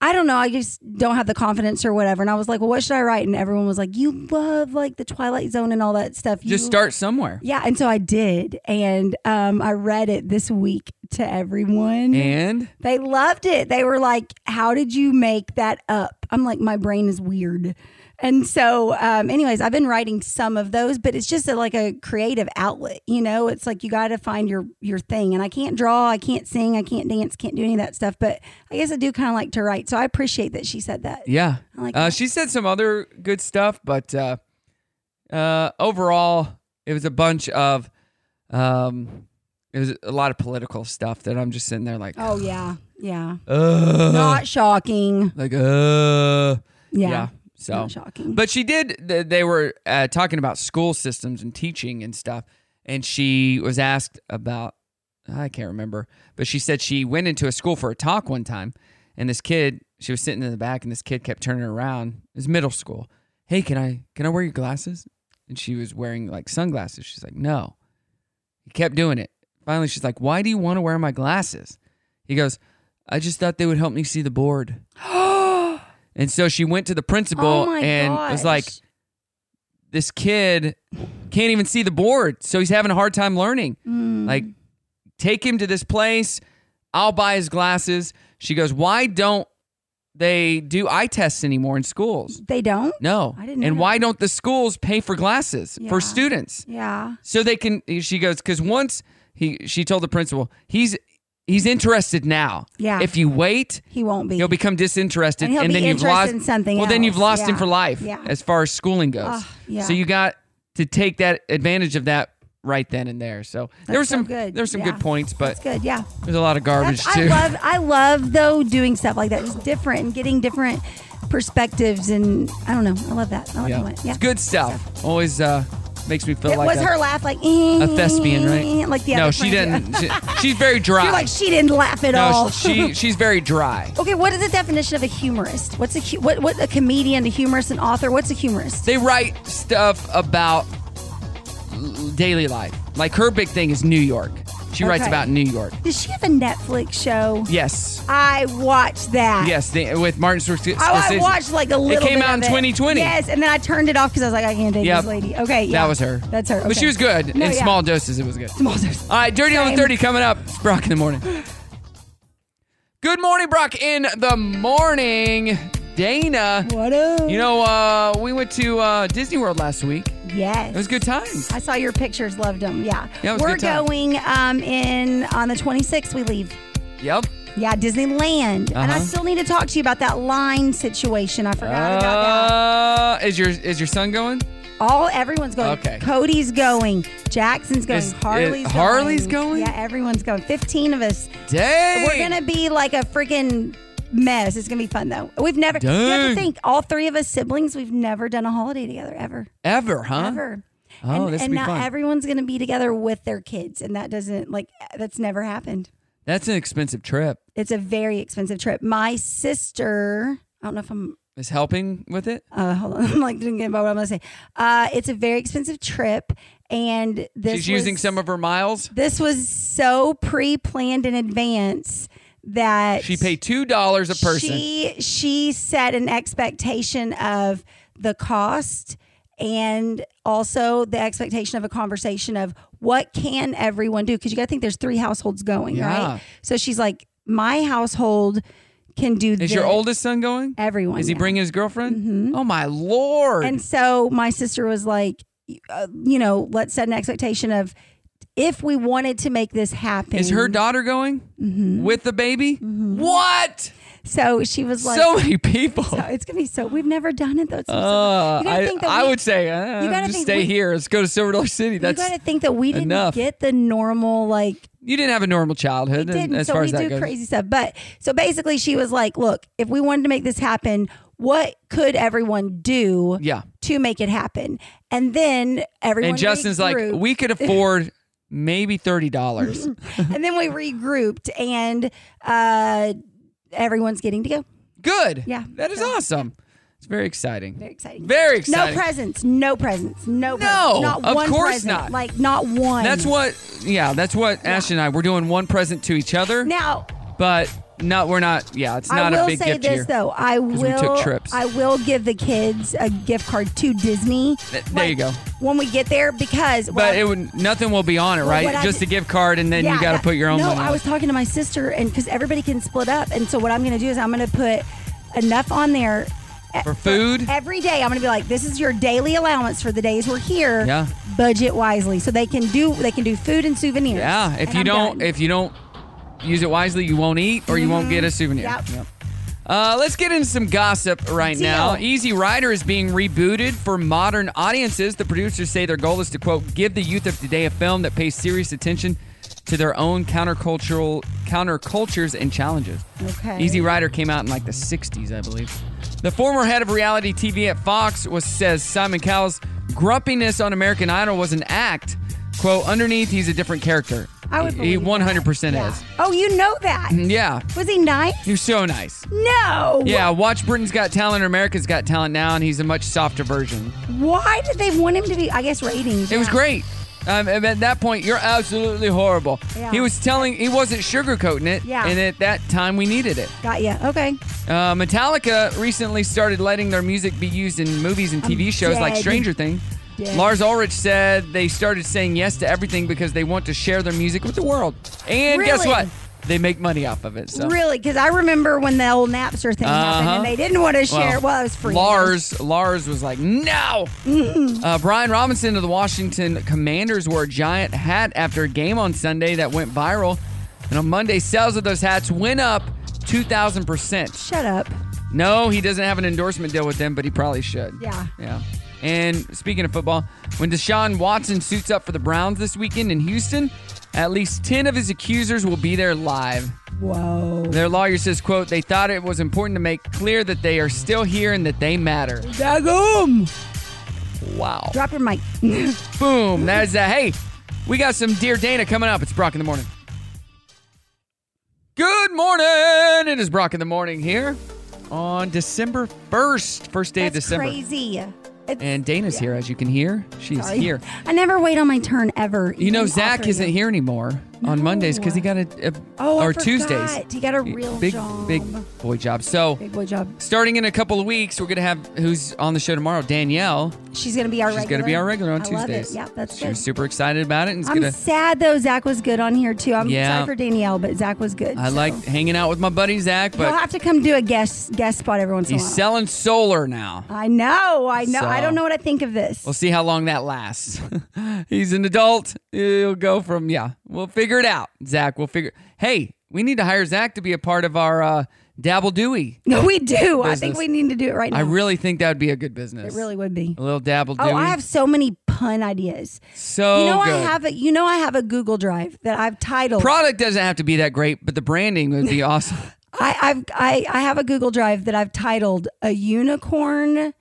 I don't know. I just don't have the confidence or whatever. And I was like, well, what should I write? And everyone was like, you love like the Twilight Zone and all that stuff. You
Just start somewhere.
Yeah. And so I did. And um, I read it this week to everyone.
And
They loved it. They were like, "How did you make that up?" I'm like, "My brain is weird." And so, um, anyways, I've been writing some of those, but it's just a, like a creative outlet. You know, it's like you got to find your your thing. And I can't draw, I can't sing, I can't dance, can't do any of that stuff. But I guess I do kind of like to write, so I appreciate that she said that.
yeah.
I like
uh, she said some other good stuff, but uh, uh, overall, it was a bunch of um, it was a lot of political stuff that I'm just sitting there like,
Oh yeah, yeah.
Ugh.
Not shocking.
like uh,
Yeah.
So
Not shocking.
But she did. th- They were uh, talking about school systems and teaching and stuff, and she was asked about. I can't remember, but she said she went into a school for a talk one time, and this kid. She was sitting in the back, and this kid kept turning around. It was middle school. Hey, can I can I wear your glasses? And she was wearing like sunglasses. She's like, no. He kept doing it. Finally, she's like, why do you want to wear my glasses? He goes, I just thought they would help me see the board. And so she went to the principal
Oh my
and was like, this kid can't even see the board. So he's having a hard time learning.
Hmm.
Mm.
Like, take him to this place. I'll buy his glasses. She goes, Why don't they do eye tests anymore in schools?
They don't.
No.
I didn't know
and
that.
why don't the schools pay for glasses
Yeah.
for students?
Yeah.
So they can she goes, because once he she told the principal, he's he's interested now.
Yeah.
If you wait,
he won't be.
He'll become disinterested,
And he'll be
then you've
interested
lost
in something
Well, then you've
else.
lost him
Yeah.
for life.
Yeah.
As far as schooling goes.
Ugh, yeah.
So you got to take that advantage of that right then and there. So there
That's
were
so
some
good.
there were some
Yeah.
good points, but
Good. Yeah.
there's a lot of garbage
That's-
too.
I love I love though doing stuff like that, just different and getting different perspectives and I don't know. I love that. I like
yeah.
that. one. Yeah.
It's good stuff. Always uh, makes me feel
It
like
was
a,
her laugh like eh,
a thespian, right?
Like the
no,
other
she
friend.
didn't. She, she's very dry.
You're like she didn't laugh at
no,
all.
she she's very dry.
okay, what is the definition of a humorist? What's a hu- what what a comedian, a humorist, an author? What's a humorist?
They write stuff about l- daily life. Like her big thing is New York. She writes
Okay.
about New York.
Does she have a Netflix show?
Yes.
I watched that.
Yes, the, with Martin Scorsese.
Oh, I watched like a little.
It came
bit
out
of
in 2020.
Yes, and then I turned it off because I was like, I can't date
Yep.
this lady. Okay, yeah,
That was her.
That's her.
But
okay.
she was good.
No,
in
yeah.
small doses, it was good. Small
doses.
All right, Dirty on the
Same.
30 coming up. It's Brock in the morning. Good morning, Brock in the morning. Dana.
What up?
You know, uh, we went to uh, Disney World last week.
Yes.
It was a good time.
I saw your pictures. Loved them. Yeah.
Yeah, it was a
We're
good time.
going um, in on the 26th. We leave.
Yep.
Yeah, Disneyland. And I
Uh-huh.
still need to talk to you about that line situation. I forgot about that.
Uh, is your is your son going?
All everyone's going.
Okay.
Cody's going. Jackson's going.
Is-
Harley's
is- Harley's
going. Yeah, everyone's going. 15 of us.
Dang.
We're going to be like a freaking mess. It's going to be fun though. We've never You have
Dang.
to think all three of us siblings, we've never done a holiday together ever.
Ever, huh?
Ever.
Oh,
and,
this
and
will be
now
fun.
everyone's going to be together with their kids, and that doesn't like that's never happened.
That's an expensive trip.
It's a very expensive trip. My sister, I don't know if I'm
Is helping with it?
uh, hold on, I'm like thinking about what I'm going to say. Uh, it's a very expensive trip, and this
She's using
was-
some of her miles.
This was so pre-planned in advance that
She paid two dollars a person.
she she set an expectation of the cost and also the expectation of a conversation of what can everyone do because you got to think there's three households going
Yeah.
right so she's like my household can do
Is your
this.
oldest son going?
everyone
Is he
now.
bringing his girlfriend? Oh my lord!
Mm-hmm. And so my sister was like, uh, you know, let's set an expectation of if we wanted to make this happen.
Is her daughter going
Mm-hmm.
with the baby? What?
So she was like,
so many people.
Mm-hmm. So it's gonna be so. We've never done it though. It's gonna be so-
Uh,
you gotta
I,
think that
I
we-
would say
you
uh,
gotta
just
think
stay
we-
here. Let's go to Silver Dollar City.
you
That's
got to think that we didn't
enough.
get the normal like
you didn't have a normal childhood and-
didn't.
as
so
far
we
as that
do
goes.
crazy stuff. But so basically, she was like, "Look, if we wanted to make this happen, what could everyone do?
Yeah.
to make it happen." And then everyone
And Justin's like,
regrouped.
we could afford maybe thirty dollars.
and then we regrouped, and uh, everyone's getting to go.
Good.
Yeah,
That is awesome. It's very exciting.
very exciting.
Very exciting.
No presents. No presents.
No,
No. presents. Not
of
one
course
present,
not.
Like not one.
That's what. Yeah, that's what Ash and I. We're doing one present to each other.
Now-
but no, we're not. Yeah, it's
I
not
will
a big
say
gift
this
year.
though. I
'Cause
will.
we took trips.
I will give the kids a gift card to Disney
Th- there you go.
when we get there because. well,
But it would nothing will be on it,
Well,
right?
what I
Just
did-
a gift card, and then
yeah,
you got to
that-
put your own
No,
money.
I
on
was talking to my sister, and because everybody can split up, and so what I'm going to do is I'm going to put enough on there. eh,
it. for food.
Every day, I'm going to be like, "This is your daily allowance for the days we're here.
Yeah.
Budget wisely, so they can do they can do food and souvenirs.
Yeah, if
And
you
I'm
don't,
done.
if you don't use it wisely, you won't eat or you won't get a souvenir.
Mm-hmm. Yep.
Uh, let's get into some gossip right
Deal.
now. Easy Rider is being rebooted for modern audiences. The producers say their goal is to quote give the youth of today a film that pays serious attention to their own countercultural countercultures and challenges.
Okay.
Easy Rider came out in like the 60s, I believe. The former head of reality TV at Fox was says Simon Cowell's grumpiness on American Idol was an act. Quote, underneath he's a different character.
I would
he
believe that.
100% is.
Oh, you know that.
Yeah.
Was he nice?
You're so nice.
No.
Mm. Yeah, watch Britain's Got Talent or America's Got Talent now, and he's a much softer version.
Why did they want him to be? I guess ratings.
It was
yeah.
great. Um, and at that point, you're absolutely horrible.
Yeah.
He was telling, he wasn't sugarcoating it.
Yeah.
And at that time, we needed it.
Got ya. Okay.
Uh, Metallica recently started letting their music be used in movies and TV shows like
dead.
Stranger Things.
Dead.
Lars Ulrich said they started saying yes to everything because they want to share their music with the world. And guess
Really?
what? They make money off of it. So.
Really? Because I remember when the old Napster thing happened
Uh-huh.
and they didn't want to share. Well, it was free.
Lars Lars was like, no. Uh, Brian Robinson of the Washington Commanders wore a giant hat after a game on Sunday that went viral, and on Monday sales of those hats went up two thousand percent.
Shut up.
No, he doesn't have an endorsement deal with them, but he probably should.
Yeah.
Yeah. And speaking of football, when Deshaun Watson suits up for the Browns this weekend in Houston, at least 10 of his accusers will be there live.
Whoa.
Their lawyer says, quote, they thought it was important to make clear that they are still here and that they matter.
Daggum.
Wow.
Drop your mic.
Boom. That is that. Hey, we got some Dear Dana coming up. It's Brock in the morning. Good morning. It is Brock in the morning here on December 1st, first day of
That's
December.
crazy.
And Dana's here, as you can hear. She's
Sorry.
here.
I never wait on my turn ever.
You know,
even
Zach
offering
isn't
it.
here anymore on Mondays because he got a, a
Oh, I
or
forgot.
Tuesdays.
He got a real
big,
job.
big boy job. So,
Big boy job.
starting in a couple of weeks, we're gonna have who's on the show tomorrow, Danielle.
She's gonna be our.
She's
regular.
gonna be our regular on
I love it.
Tuesdays.
Yeah, that's
She
good.
was super excited about it. And it's
I'm
gonna.
sad though. Zach was good on here too. I'm
Yeah.
sorry for Danielle, but Zach was good.
I like hanging out with my buddy Zach,
You'll
but
have to come do a guest guest spot every once in a
he's
while.
selling solar now.
I know. I know. I
So-
don't know what I think of this.
We'll see how long that lasts. He's an adult. He'll go from yeah. We'll figure it out, Zach. We'll figure. Hey, we need to hire Zach to be a part of our uh, Dabble Dewey.
we do. I
Business.
think we need to do it right now.
I really think that would be a good business.
It really would be.
A little Dabble Dewey.
Oh, I have so many pun ideas.
so
you know, I
good.
have a you know I have a Google Drive that I've titled.
Product doesn't have to be that great, but the branding would be awesome.
I, I've I, I have a Google Drive that I've titled a unicorn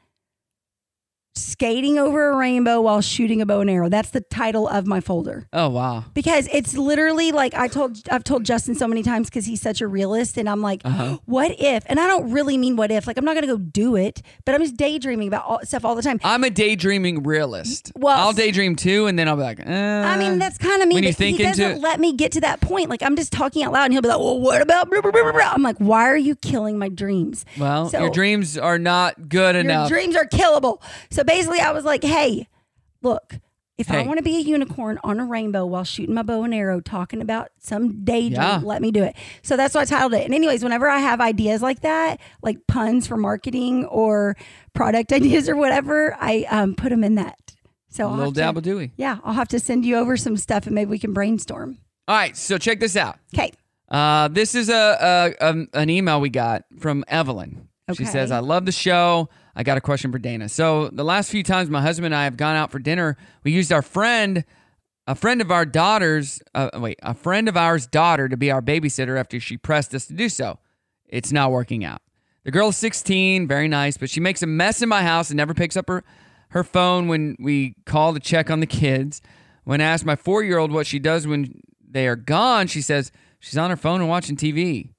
Skating over a rainbow while shooting a bow and arrow. That's the title of my folder.
Oh wow.
Because it's literally like I told I've told Justin so many times because he's such a realist and I'm like,
Uh-huh.
what if? And I don't really mean what if. Like I'm not gonna go do it, but I'm just daydreaming about all, stuff all the time.
I'm a daydreaming realist.
Well,
I'll daydream too, and then I'll be like, eh.
I mean, that's kind of me.
When you
but
think
he
into
doesn't let me get to that point. Like I'm just talking out loud, and he'll be like, "Well, what about?" Blah, blah, blah, blah, blah?" I'm like, "Why are you killing my dreams?"
well,
So-
your dreams are not good enough.
Your dreams are killable. So basically, I was like, hey, look, if I
Hey.
want to be a unicorn on a rainbow while shooting my bow and arrow, talking about some daydream,
Yeah.
let me do it. So that's what I titled it. And, anyways, whenever I have ideas like that, like puns for marketing or product ideas or whatever, I um, put them in that. So
A
I'll
little
have to-
dabble dooey.
Yeah, I'll have to send you over some stuff and maybe we can brainstorm.
All right, so check this out.
Okay.
Uh, this is a, a um, an email we got from Evelyn. She
Okay.
says, "I love the show. I got a question for Dana. So the last few times my husband and I have gone out for dinner, we used our friend, a friend of our daughter's, uh, wait, a friend of ours daughter to be our babysitter after she pressed us to do so. It's not working out. The girl's 16, very nice, but she makes a mess in my house and never picks up her her phone when we call to check on the kids. When I asked my four year old what she does when they are gone, she says she's on her phone and watching TV.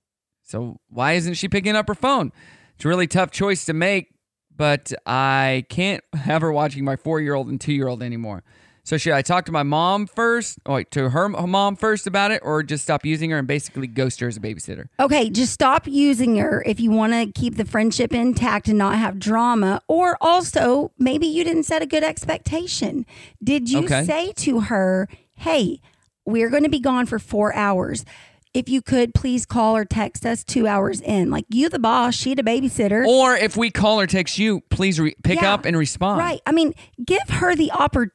So why isn't she picking up her phone? It's a really tough choice to make, but I can't have her watching my four year old and two year old anymore. So should I talk to my mom first, or wait, to her mom first about it, or just stop using her and basically ghost her as a babysitter?
Okay, just stop using her if you want to keep the friendship intact and not have drama. Or also, maybe you didn't set a good expectation. Did you
Okay.
say to her, hey, we're going to be gone for four hours? If you could please call or text us two hours in. Like you, the boss, she, the babysitter.
Or if we call or text you, please re- pick
Yeah.
up and respond.
Right. I mean, give her the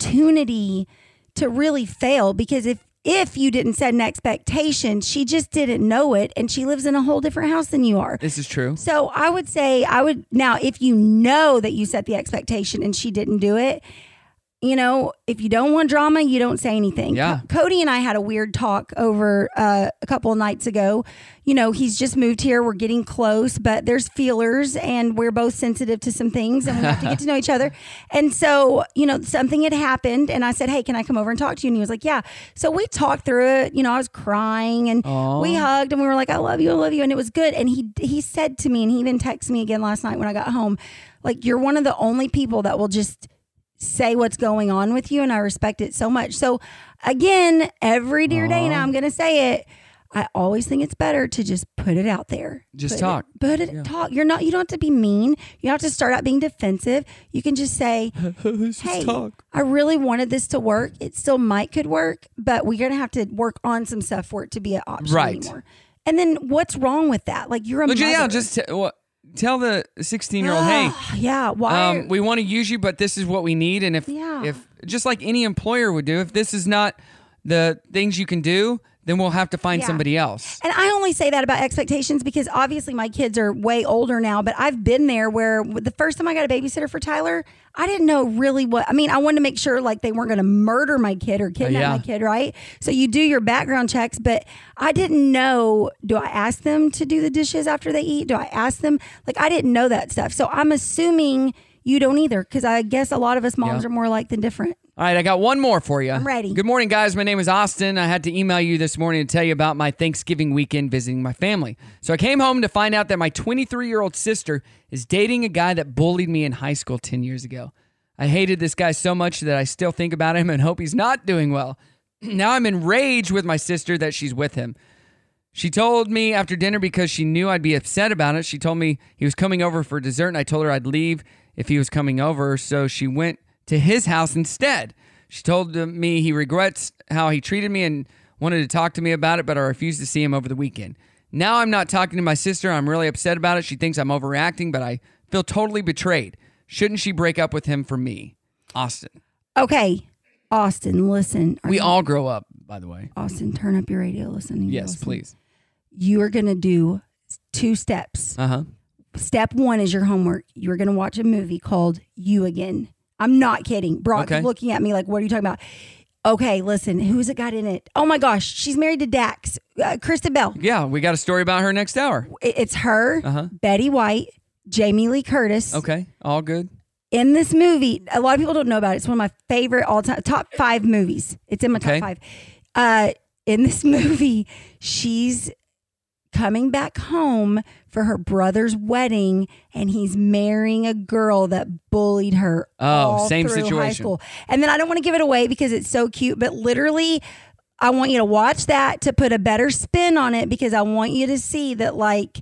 opportunity to really fail because if if you didn't set an expectation, she just didn't know it and she lives in a whole different house than you are.
This is true.
So I would say I would now if you know that you set the expectation and she didn't do it, you know, if you don't want drama, you don't say anything.
Yeah.
Co- Cody and I had a weird talk over uh, a couple of nights ago. You know, he's just moved here. We're getting close, but there's feelers, and we're both sensitive to some things, and we have to get to know each other. And so, you know, something had happened, and I said, "Hey, can I come over and talk to you?" And he was like, "Yeah." So we talked through it. You know, I was crying, and
Aw.
we hugged, and we were like, "I love you, I love you," and it was good. And he he said to me, and he even texted me again last night when I got home, like, "You're one of the only people that will just." say what's going on with you and I respect it so much. So again, every dear day now I'm going to say it. I always think it's better to just put it out there.
Just
Put it-
talk.
put it talk. You're not you don't have to be mean. You don't have to start out being defensive. You can just say, "Hey,
talk."
I really wanted this to work. It still might could work, but we're going to have to work on some stuff for it to be an option
Right.
anymore." And then what's wrong with that? Like you're a Ah,
But ju- yeah,
mother.
just t- wha- tell the 16 year old, hey,
yeah, why
Um, we want to use you, but this is what we need. And if,
Yeah.
if just like any employer would do, if this is not the things you can do, then we'll have to find
Yeah.
somebody else.
And I only say that about expectations because obviously my kids are way older now, but I've been there where the first time I got a babysitter for Tyler, I didn't know really what I mean, I wanted to make sure like they weren't going to murder my kid or kidnap
yeah.
my kid, right? So you do your background checks, but I didn't know do I ask them to do the dishes after they eat? Do I ask them? Like I didn't know that stuff. So I'm assuming you don't either because I guess a lot of us moms
Yeah.
are more alike than different.
All right, I got one more for you.
I'm ready.
Good morning, guys. My name is Austin. I had to email you this morning to tell you about my Thanksgiving weekend visiting my family. So I came home to find out that my 23 year old sister is dating a guy that bullied me in high school 10 years ago. I hated this guy so much that I still think about him and hope he's not doing well. Now I'm enraged with my sister that she's with him. She told me after dinner because she knew I'd be upset about it. She told me he was coming over for dessert, and I told her I'd leave if he was coming over. So she went to his house instead. She told me he regrets how he treated me and wanted to talk to me about it, but I refused to see him over the weekend. Now I'm not talking to my sister. I'm really upset about it. She thinks I'm overreacting, but I feel totally betrayed. Shouldn't she break up with him for me? Austin.
Okay. Austin, listen. Are
We
you-
all grow up, by the way.
Austin, turn up your radio. Listen.
Yes, please.
you are going to do two steps.
Uh huh.
Step one is your homework. You're going to watch a movie called You Again. I'm not kidding. Brock's
Okay.
looking at me like, what are you talking about? Okay, listen, who's it got in it? Oh my gosh, she's married to Dax, uh, Krista Bell.
Yeah, we got a story about her next hour.
It- It's her,
Uh huh.
Betty White, Jamie Lee Curtis.
Okay, all good.
in this movie, a lot of people don't know about it. It's one of my favorite all time top five movies. It's in my
Okay.
top five. Uh, in this movie, she's coming back home for her brother's wedding, and he's marrying a girl that bullied her.
Oh,
all
same
through high
situation.
school. And then I don't want to give it away because it's so cute, but literally. I want you to watch that to put a better spin on it because I want you to see that, like,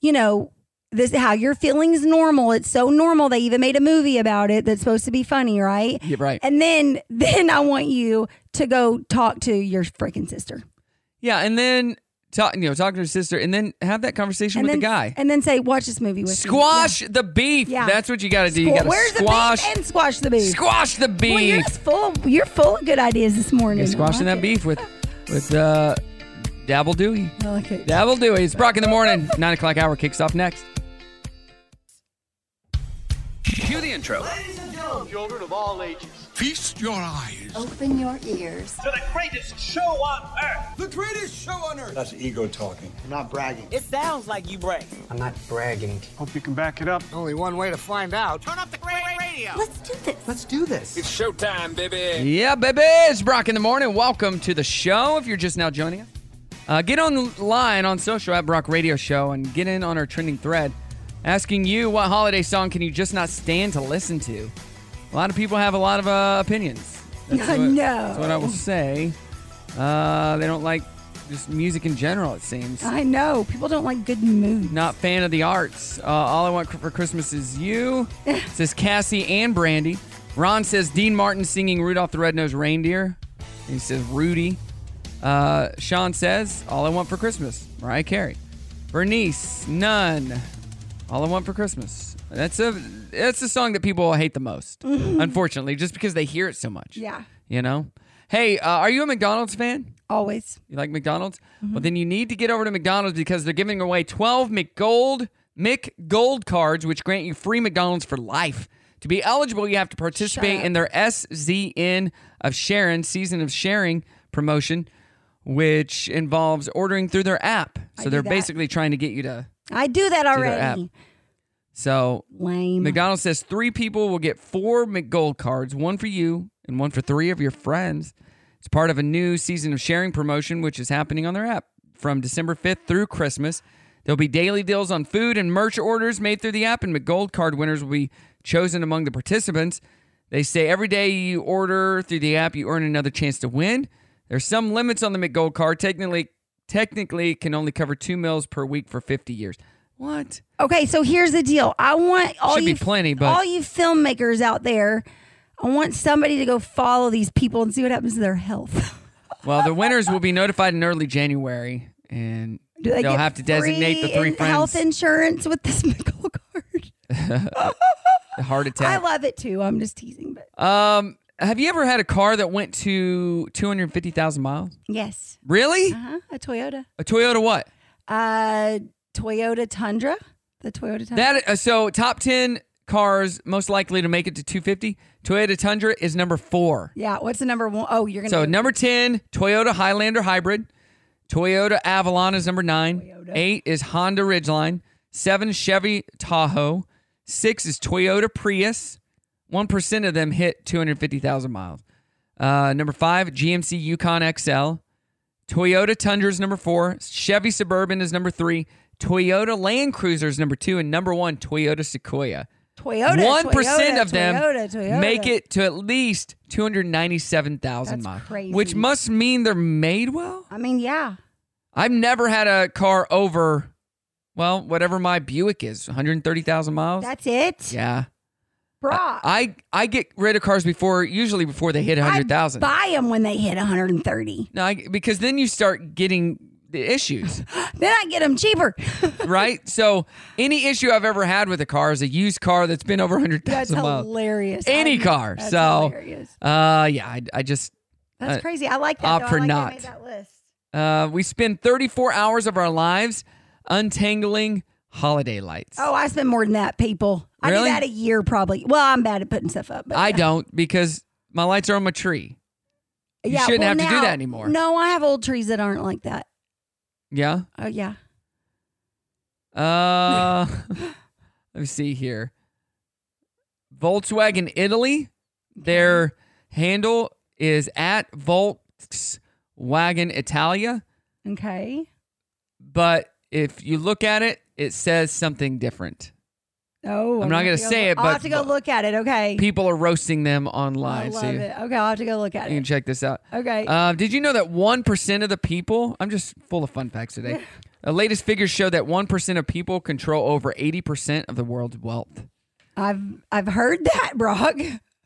you know, this how your feelings normal. It's so normal. They even made a movie about it that's supposed to be funny, right?
Yeah, right.
And then, then I want you to go talk to your freaking sister.
Yeah, and then talk, you know, talking to her sister, and then have that conversation
and
with
then,
the guy.
And then say, watch this movie with me."
Squash the beef.
Yeah.
That's what you got to do. You
Squ-
got
Where's
to squash.
the beef and squash the beef?
Squash the
Well, you're
beef.
just full. You're full of good ideas this morning.
Yeah, squashing that beef with with uh, Dabble Dewey.
I like it.
Dabble Dewey. It's Brock in the morning. Nine o'clock hour kicks off next.
Cue the intro.
Ladies and gentlemen, children of all ages,
Feast your eyes.
open your ears to the greatest show on earth. The greatest show on earth.
That's ego talking. I'm not bragging.
It sounds like you brag.
I'm not bragging. Hope you can back it up. Only one way to find out.
Turn up the great radio. Let's do this. Let's do this. It's showtime, baby.
Yeah, baby. It's Brock in the morning. Welcome to the show. If you're just now joining us, uh, get online on social at Brock Radio Show and get in on our trending thread asking you what holiday song can you just not stand to listen to. A lot of people have a lot of uh, opinions.
I
what,
know.
That's what I will say. Uh, they don't like just music in general. It seems.
I know people don't like good mood.
Not fan of the arts. Uh, all I want for Christmas is you. says Cassie and Brandy. Ron says Dean Martin singing Rudolph the Red-Nosed Reindeer. And he says Rudy. Uh, Sean says All I Want for Christmas. Mariah Carey. Bernice, none. All I Want for Christmas. That's a that's the song that people hate the most, unfortunately, just because they hear it so much.
Yeah,
You know? Hey, uh, are you a McDonald's fan?
always.
You like McDonald's?
Mm-hmm.
Well, then you need to get over to McDonald's because they're giving away 12 McGold McGold cards, which grant you free McDonald's for life. To be eligible, you have to participate in their SZN of Sharon Season of Sharing promotion, which involves ordering through their app. So
do
they're
that.
basically trying to get you to
I do
to
that
their
already.
app. So
Lame.
McDonald's says three people will get four McGold cards, one for you and one for three of your friends. It's part of a new season of sharing promotion, which is happening on their app from December 5th through Christmas. There'll be daily deals on food and merch orders made through the app, and McGold card winners will be chosen among the participants. They say every day you order through the app, you earn another chance to win. There's some limits on the McGold card. Technically, technically can only cover two meals per week for 50 years. What?
Okay, so here's the deal. I want all
Should be
you
plenty, but-
all you filmmakers out there, I want somebody to go follow these people and see what happens to their health.
Well, the winners will be notified in early January, and
Do they
they'll
get
have to designate the
free
three
in-
friends.
health insurance with this McGold card?
the heart
I
attack.
love it too. I'm just teasing, but
um, have you ever had a car that went to two hundred fifty thousand miles?
yes,
Really?
uh-huh, a Toyota,
A Toyota what?
uh, Toyota Tundra, the Toyota Tundra.
That uh, so top ten cars most likely to make it to two fifty. Toyota Tundra is number four.
yeah. What's the number one? Oh, you're gonna.
So number ten, Toyota Highlander hybrid. Toyota Avalon is number nine. Eight is Honda Ridgeline. Seven Chevy Tahoe. Six is Toyota Prius. One percent of them hit two hundred fifty thousand miles. Uh, number five, GMC Yukon XL. Toyota Tundra is number four. Chevy Suburban is number three. Toyota Land Cruiser is number two, and number one, Toyota Sequoia.
Toyota.
One
Toyota,
percent of them
Toyota, Toyota.
make it to at least two hundred ninety-seven thousand miles,
crazy.
which must mean they're made well.
I mean, yeah.
I've never had a car over, well, whatever my Buick is, one hundred thirty thousand miles.
That's it.
yeah.
Brock.
I I get rid of cars before, usually before they hit hundred thousand.
Buy them when they hit 130.
No, I, because then you start getting the issues,
Then I get them cheaper.
right? So any issue I've ever had with a car is a used car that's been over hundred
That's
thousand miles.
hilarious.
uh, Any
I-
car.
that's
so,
hilarious.
uh, yeah, I, I just
That's
uh,
crazy. I like that.
opt
though. I
for
like they
not.
made that list.
Uh, we spend 34 hours of our lives untangling holiday lights.
Oh, I spend more than that, people. I do
Really?
that a year probably. Well, I'm bad at putting stuff up. But
I don't because my lights are on my tree. You
Yeah,
shouldn't
well,
have to do
now-
that anymore.
No, I have old trees that aren't like that.
Yeah.
Oh yeah.
Uh, let me see here. Volkswagen Italy. Their handle is at Volkswagen Italia,
Okay.
but if you look at it, it says something different.
Oh,
I'm not
I'll
gonna
have go-
say it,
I'll
but-
have to go look at it. Okay.
People are roasting them
I
online.
love
so you,
it. Okay, I'll have to go look at
you can
it.
check this out.
Okay.
Uh, did you know that 1% of the people, I'm just full of fun facts today. the latest figures show that 1% of people control over 80% of the world's wealth.
I've I've heard that, Brock.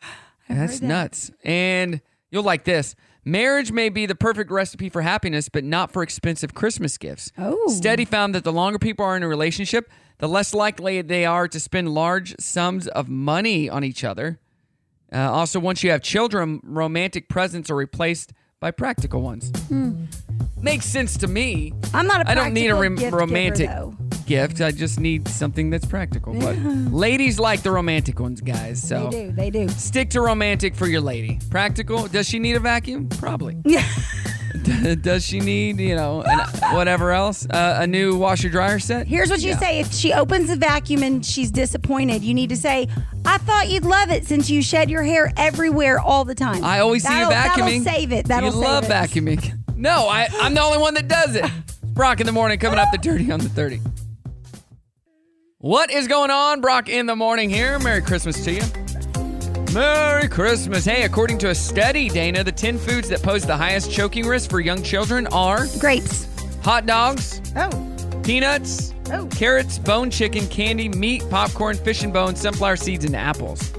That's
that.
nuts. And you'll like this. Marriage may be the perfect recipe for happiness, but not for expensive Christmas gifts.
Oh.
Study found that the longer people are in a relationship, the less likely they are to spend large sums of money on each other. Uh, also, once you have children, romantic presents are replaced by practical ones. Makes sense to me.
I'm Hmm. not a
I don't need a
practical
rom-
gift giver,
romantic
though.
gift. I just need something that's practical. But ladies like the romantic ones, guys. So
They do. They do.
Stick to romantic for your lady. Practical. Does she need a vacuum? Probably. Uh, Does she need, you know, an, whatever else? Uh, a new washer dryer set?
Here's what you
Yeah.
say if she opens the vacuum and she's disappointed. You need to say, "I thought you'd love it since you shed your hair everywhere all the time."
I always see you
That'll-
vacuuming.
That'll save it. That'll
you
save
love
it.
vacuuming. No, I, I'm the only one that does it. Brock in the morning coming up the dirty on the 30. What is going on, Brock in the morning here? Merry Christmas to you. Merry Christmas. Hey, according to a study, Dana, the 10 foods that pose the highest choking risk for young children are
grapes,
hot dogs,
oh,
peanuts,
Oh.
carrots, bone chicken, candy, meat, popcorn, fish and bones, sunflower seeds, and apples.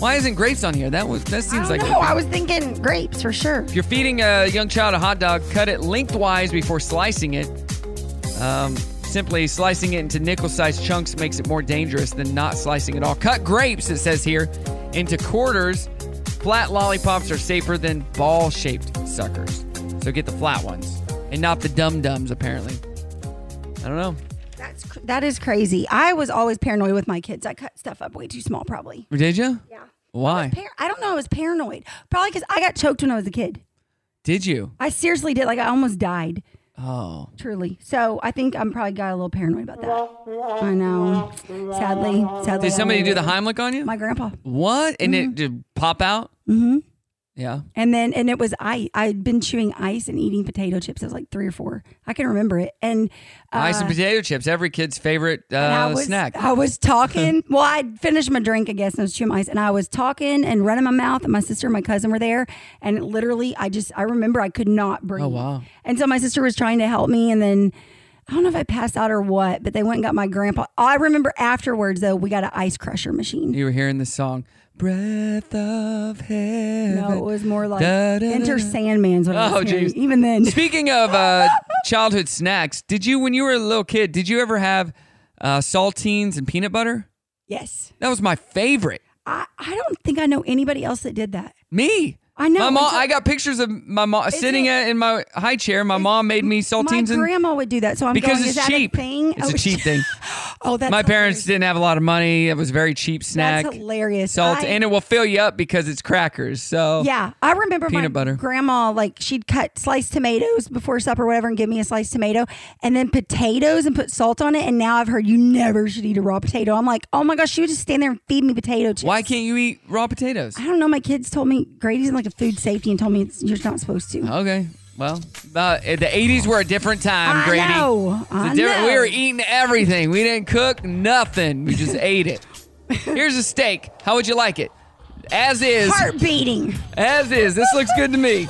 Why isn't grapes on here? That was that seems like it
No,
would be.
I was thinking grapes for sure.
If you're feeding a young child a hot dog, cut it lengthwise before slicing it. Um, simply slicing it into nickel sized chunks makes it more dangerous than not slicing at all. Cut grapes, it says here, into quarters. Flat lollipops are safer than ball shaped suckers. So get the flat ones and not the dum dums, apparently. I don't know.
That's cr- that is crazy. I was always paranoid with my kids. I cut stuff up way too small, probably.
Did you? Yeah. Why?
Par- I don't know. I was paranoid, probably because I got choked when I was a kid.
Did you?
I seriously did. Like I almost died.
Oh.
Truly. So I think I'm probably got a little paranoid about that. I know. Sadly. Sadly.
Did somebody do the
Oh.
Heimlich on you?
My grandpa.
What? And it did pop out?
Mm-hmm.
Yeah.
And then and it was I I'd been chewing ice and eating potato chips. I was like three or four. I can remember it. And uh,
Ice and potato chips, every kid's favorite uh,
and I was,
snack.
I was talking. well, I'd finished my drink, I guess, and I was chewing ice. And I was talking and running my mouth, and my sister and my cousin were there. And literally, I just, I remember I could not breathe.
Oh, wow.
And so my sister was trying to help me. And then I don't know if I passed out or what, but they went and got my grandpa. I remember afterwards, though, we got an ice crusher machine.
You were hearing the song "Breath of Heaven."
No, it was more like
Da, da, da.
Enter Sandman's. What I
Oh,
was hearing,
jeez.
Even then.
Speaking of uh, childhood snacks, did you, when you were a little kid, did you ever have uh, saltines and peanut butter?
Yes.
That was my favorite.
I, I don't think I know anybody else that did that.
Me.
I know,
My
it's
mom.
a-
I got pictures of my mom sitting at in my high chair. My mom made me
My
saltines and
grandma would do that. So I'm
because
going,
it's
is
cheap.
that a thing?
It's
Oh,
a cheap thing.
Oh, that's
my parents didn't have a lot of money. It was a very cheap snack.
That's hilarious.
Salt
I-
and it will fill you up because it's crackers. So
Yeah, I remember my
peanut butter.
grandma like she'd cut sliced tomatoes before supper, or whatever, and give me a sliced tomato, and then potatoes and put salt on it. And now I've heard you never should eat a raw potato. I'm like, oh my gosh, she would just stand there and feed me potato chips.
Why can't you eat raw potatoes?
I don't know. My kids told me Grady's in like a food safety and told me it's, you're not supposed to.
Okay. Well, uh, the 80s were a different time,
I
Grady.
know.
It's a
I
different- We
know.
were eating everything. We didn't cook nothing. We just ate it. Here's a steak. How would you like it? As is.
Heart beating.
As is. This looks good to me.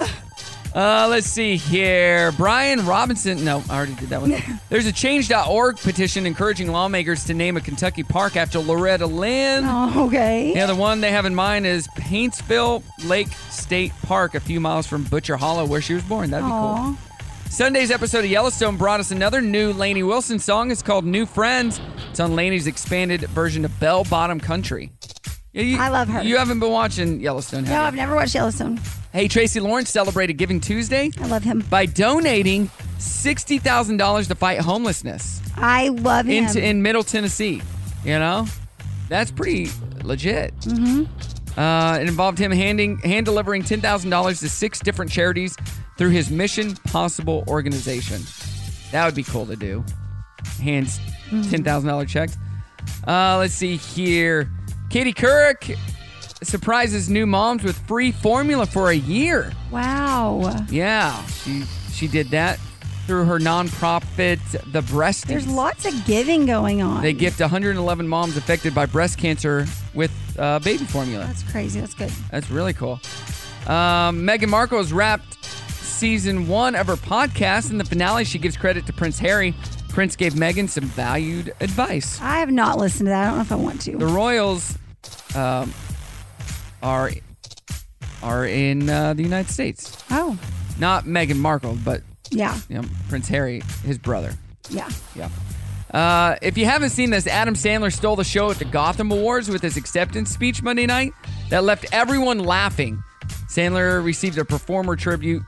Uh, let's see here. Brian Robinson. No, I already did that one. There's a change.org petition encouraging lawmakers to name a Kentucky park after Loretta Lynn.
Oh, okay.
Yeah, the one they have in mind is Paintsville Lake State Park, a few miles from Butcher Hollow, where she was born. That'd be
Aw.
cool. Sunday's episode of Yellowstone brought us another new Laney Wilson song. It's called New Friends. It's on Laney's expanded version of Bell Bottom Country. Yeah, you-
I love her.
You haven't been watching Yellowstone,
No,
have
I've
you?
never watched Yellowstone.
Hey, Tracy Lawrence celebrated Giving Tuesday
I love him.
by donating $60,000 to fight homelessness
I love him.
in, in Middle Tennessee. You know? That's pretty legit.
hmm
Uh, it involved him handing hand delivering ten thousand dollars to six different charities through his Mission Possible organization. That would be cool to do. Hands ten thousand dollar checks. Uh, let's see here. Katie Couric surprises new moms with free formula for a year.
Wow.
Yeah, she she did that through her nonprofit, The Breast.
There's lots of giving going on.
They gift 111 moms affected by breast cancer with uh, baby formula.
That's crazy. That's good.
That's really cool. Um, Meghan Markle has wrapped season one of her podcast. In the finale, she gives credit to Prince Harry. Prince gave Meghan some valued advice.
I have not listened to that. I don't know if I want to.
The Royals um, are are in uh, the United States.
Oh,
Not Meghan Markle, but
Yeah.
you know, Prince Harry, his brother.
yeah.
Yeah. Uh, if you haven't seen this, Adam Sandler stole the show at the Gotham Awards with his acceptance speech Monday night that left everyone laughing. Sandler received a performer tribute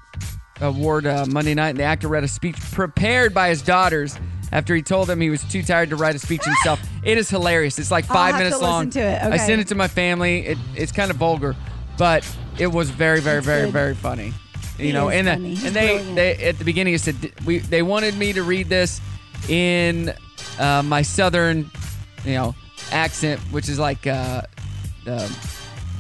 award uh, Monday night, and the actor read a speech prepared by his daughters after he told them he was too tired to write a speech himself. it is hilarious. It's like
I'll
5
have to
minutes
listen
long.
to it.
I
Okay.
sent it to my family. It, it's kind of vulgar, but it was very, very, very,
good.
very funny. You
He
know,
is
and, the,
funny. He's
and they,
brilliant.
they at the beginning it said we they wanted me to read this in uh, my southern you know accent which is like uh, um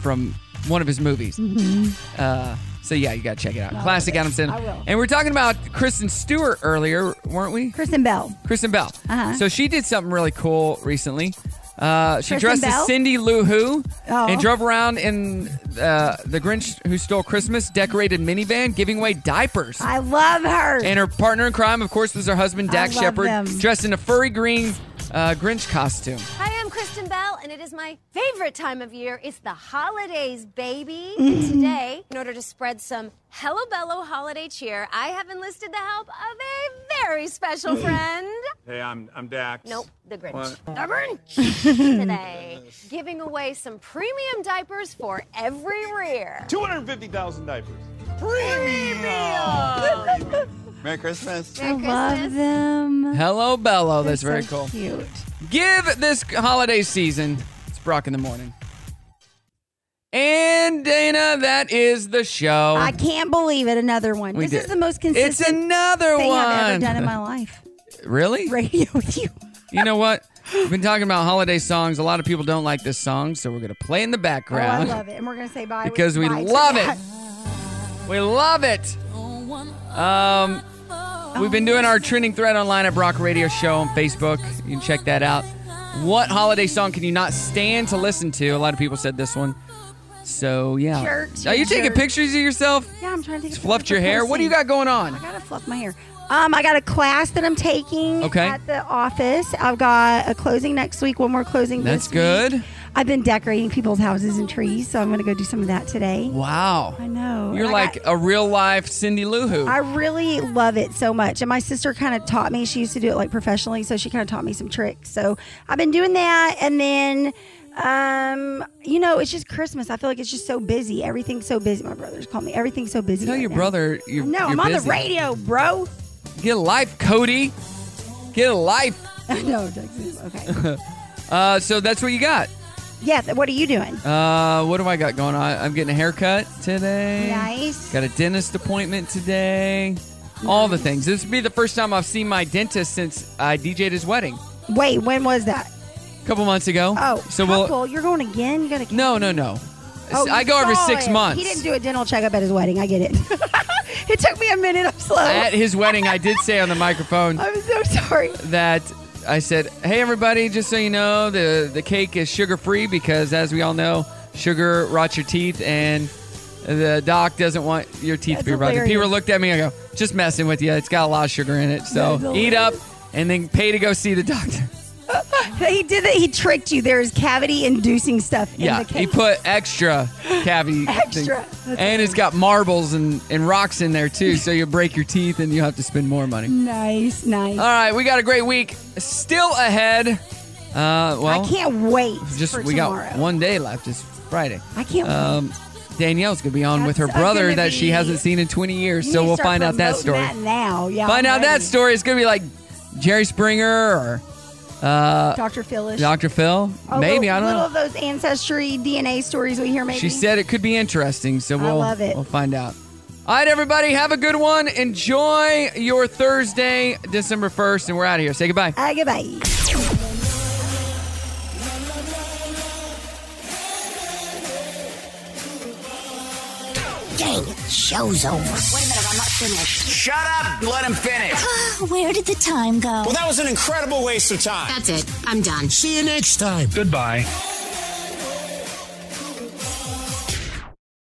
from one of his movies
Mhm.
Mm-hmm.
uh, so yeah you gotta check it out
I love
classic
it.
Adam Sandler
I will.
and we are talking about Kristen Stewart earlier weren't we
Kristen Bell
Kristen Bell
Uh-huh.
so she did something really cool recently uh, she
Kristen
dressed
Bell?
as Cindy Lou Who
Oh.
and drove around in uh, the Grinch Who Stole Christmas decorated minivan giving away diapers.
I love her.
And her partner in crime, of course, was her husband,
I
Dax
love
Shepard,
them.
dressed in a furry green uh, Grinch costume.
Hi, I'm Kristen Bell, and it is my favorite time of year. It's the holidays, baby.
Mm.
Mhm.
Today, in order to spread some Hello Bello holiday cheer, I have enlisted the help of a very special
Mm.
friend.
Hey, I'm I'm Dax.
Nope, the Grinch.
What?
The Grinch today, giving away some premium diapers for every rear.
250,000 diapers.
Premium.
Merry Christmas.
Merry
Love them.
Hello, Bello. That's
They're
very
so
cool.
Cute.
Give this holiday season. It's Brock in the morning. And Dana, that is the show.
I can't believe it. Another one.
Um, We did-
this is the most consistent.
It's another
thing I've
one.
ever done in my life.
Really?
Radio with you.
You know what? We've been talking about holiday songs. A lot of people don't like this song, so we're going to play in the
Oh, I
background
love it. And we're gonna say bye with-
because we
bye to
love it.
that.
We love it. Um, we've been doing our trending thread online at Brock Radio Show on Facebook. You can check that out. What holiday song can you not stand to listen to? A lot of people said this one. So yeah,
Jerks,
are you
you
taking
jerk.
pictures of yourself?
Yeah, I'm trying to take. a
Fluffed
picture
your
for
hair. What do you got
posting.
going on?
I gotta fluff my hair. Um, I got a class that I'm taking
Okay.
at the office. I've got a closing next week. One more closing.
That's
this
good.
week. I've been decorating people's houses and trees, so I'm gonna go do some of that today.
Wow,
I know.
you're
I
like
got-
a real life Cindy Lou Who.
I really love it so much. And my sister kind of taught me. She used to do it like professionally, so she kind of taught me some tricks. So I've been doing that. And then, um, you know, it's just Christmas. I feel like it's just so busy. Everything's so busy. My brothers call me. Everything's so busy.
Tell
right
your
now.
brother you're
No,
you're
I'm on the
busy.
radio, bro.
Get a life, Cody. Get a life.
no, Texas. Okay.
uh, so that's what you got.
Yeah. th- What are you doing?
Uh, what do I got going on? I'm getting a haircut today.
Nice.
Got a dentist appointment today. All the things. This would be the first time I've seen my dentist since I DJ'd his wedding
Wait, when was that?
a couple months ago.
Oh,
so
how
we'll.
cool. You're going again? You gotta.
No, no, no.
Oh,
I
you
go every
saw
six
it.
months.
He didn't do a dental checkup at his wedding. I get it. it took me a minute. I'm slow.
At his wedding, I did say on the microphone
I'm so sorry.
that I said, "Hey, everybody, just so you know, the the cake is sugar free because, as we all know, sugar rots your teeth, and the doc doesn't want your teeth to be
That's
rotted." People
hilarious.
looked at me. I go, "Just messing with you. It's got a lot of sugar in it, so
That's
eat up and then pay to go see the doctor."
he did that. He tricked you. There's cavity inducing stuff in
Yeah,
the
he
cake.
put extra cavity. thing.
Extra. That's
And it's got marbles and, and rocks in there too, so you break your teeth and you have to spend more money.
Mm. nice, nice.
All right, we got a great week still ahead. Uh, well,
I can't wait.
Just
for
we
tomorrow.
got one day left. It's Friday.
I can't wait.
Um, Danielle's gonna be on with her
That's- I'm
brother
gonna
that she
be-
hasn't seen in 20 years,
You
so
need to
we'll
start
find out that story.
promoting now, yeah.
find out
I'm
that
ready.
story. It's gonna be like Jerry Springer or uh,
Dr. Phyllis.
Dr. Phil,
A
maybe
little,
I don't
little
know.
of those ancestry DNA stories we hear. Maybe
She said it could be interesting, so
I
we'll
love it.
we'll find out. All right, everybody, have a good one. Enjoy your Thursday, December first, and we're out of here. Say goodbye.
All right, goodbye.
Hey, show's over. Wait a minute, I'm not finished. Shut up! Let him finish. Where did the time go?
Well, that was an incredible waste of time.
That's it. I'm done.
See you next time. Goodbye.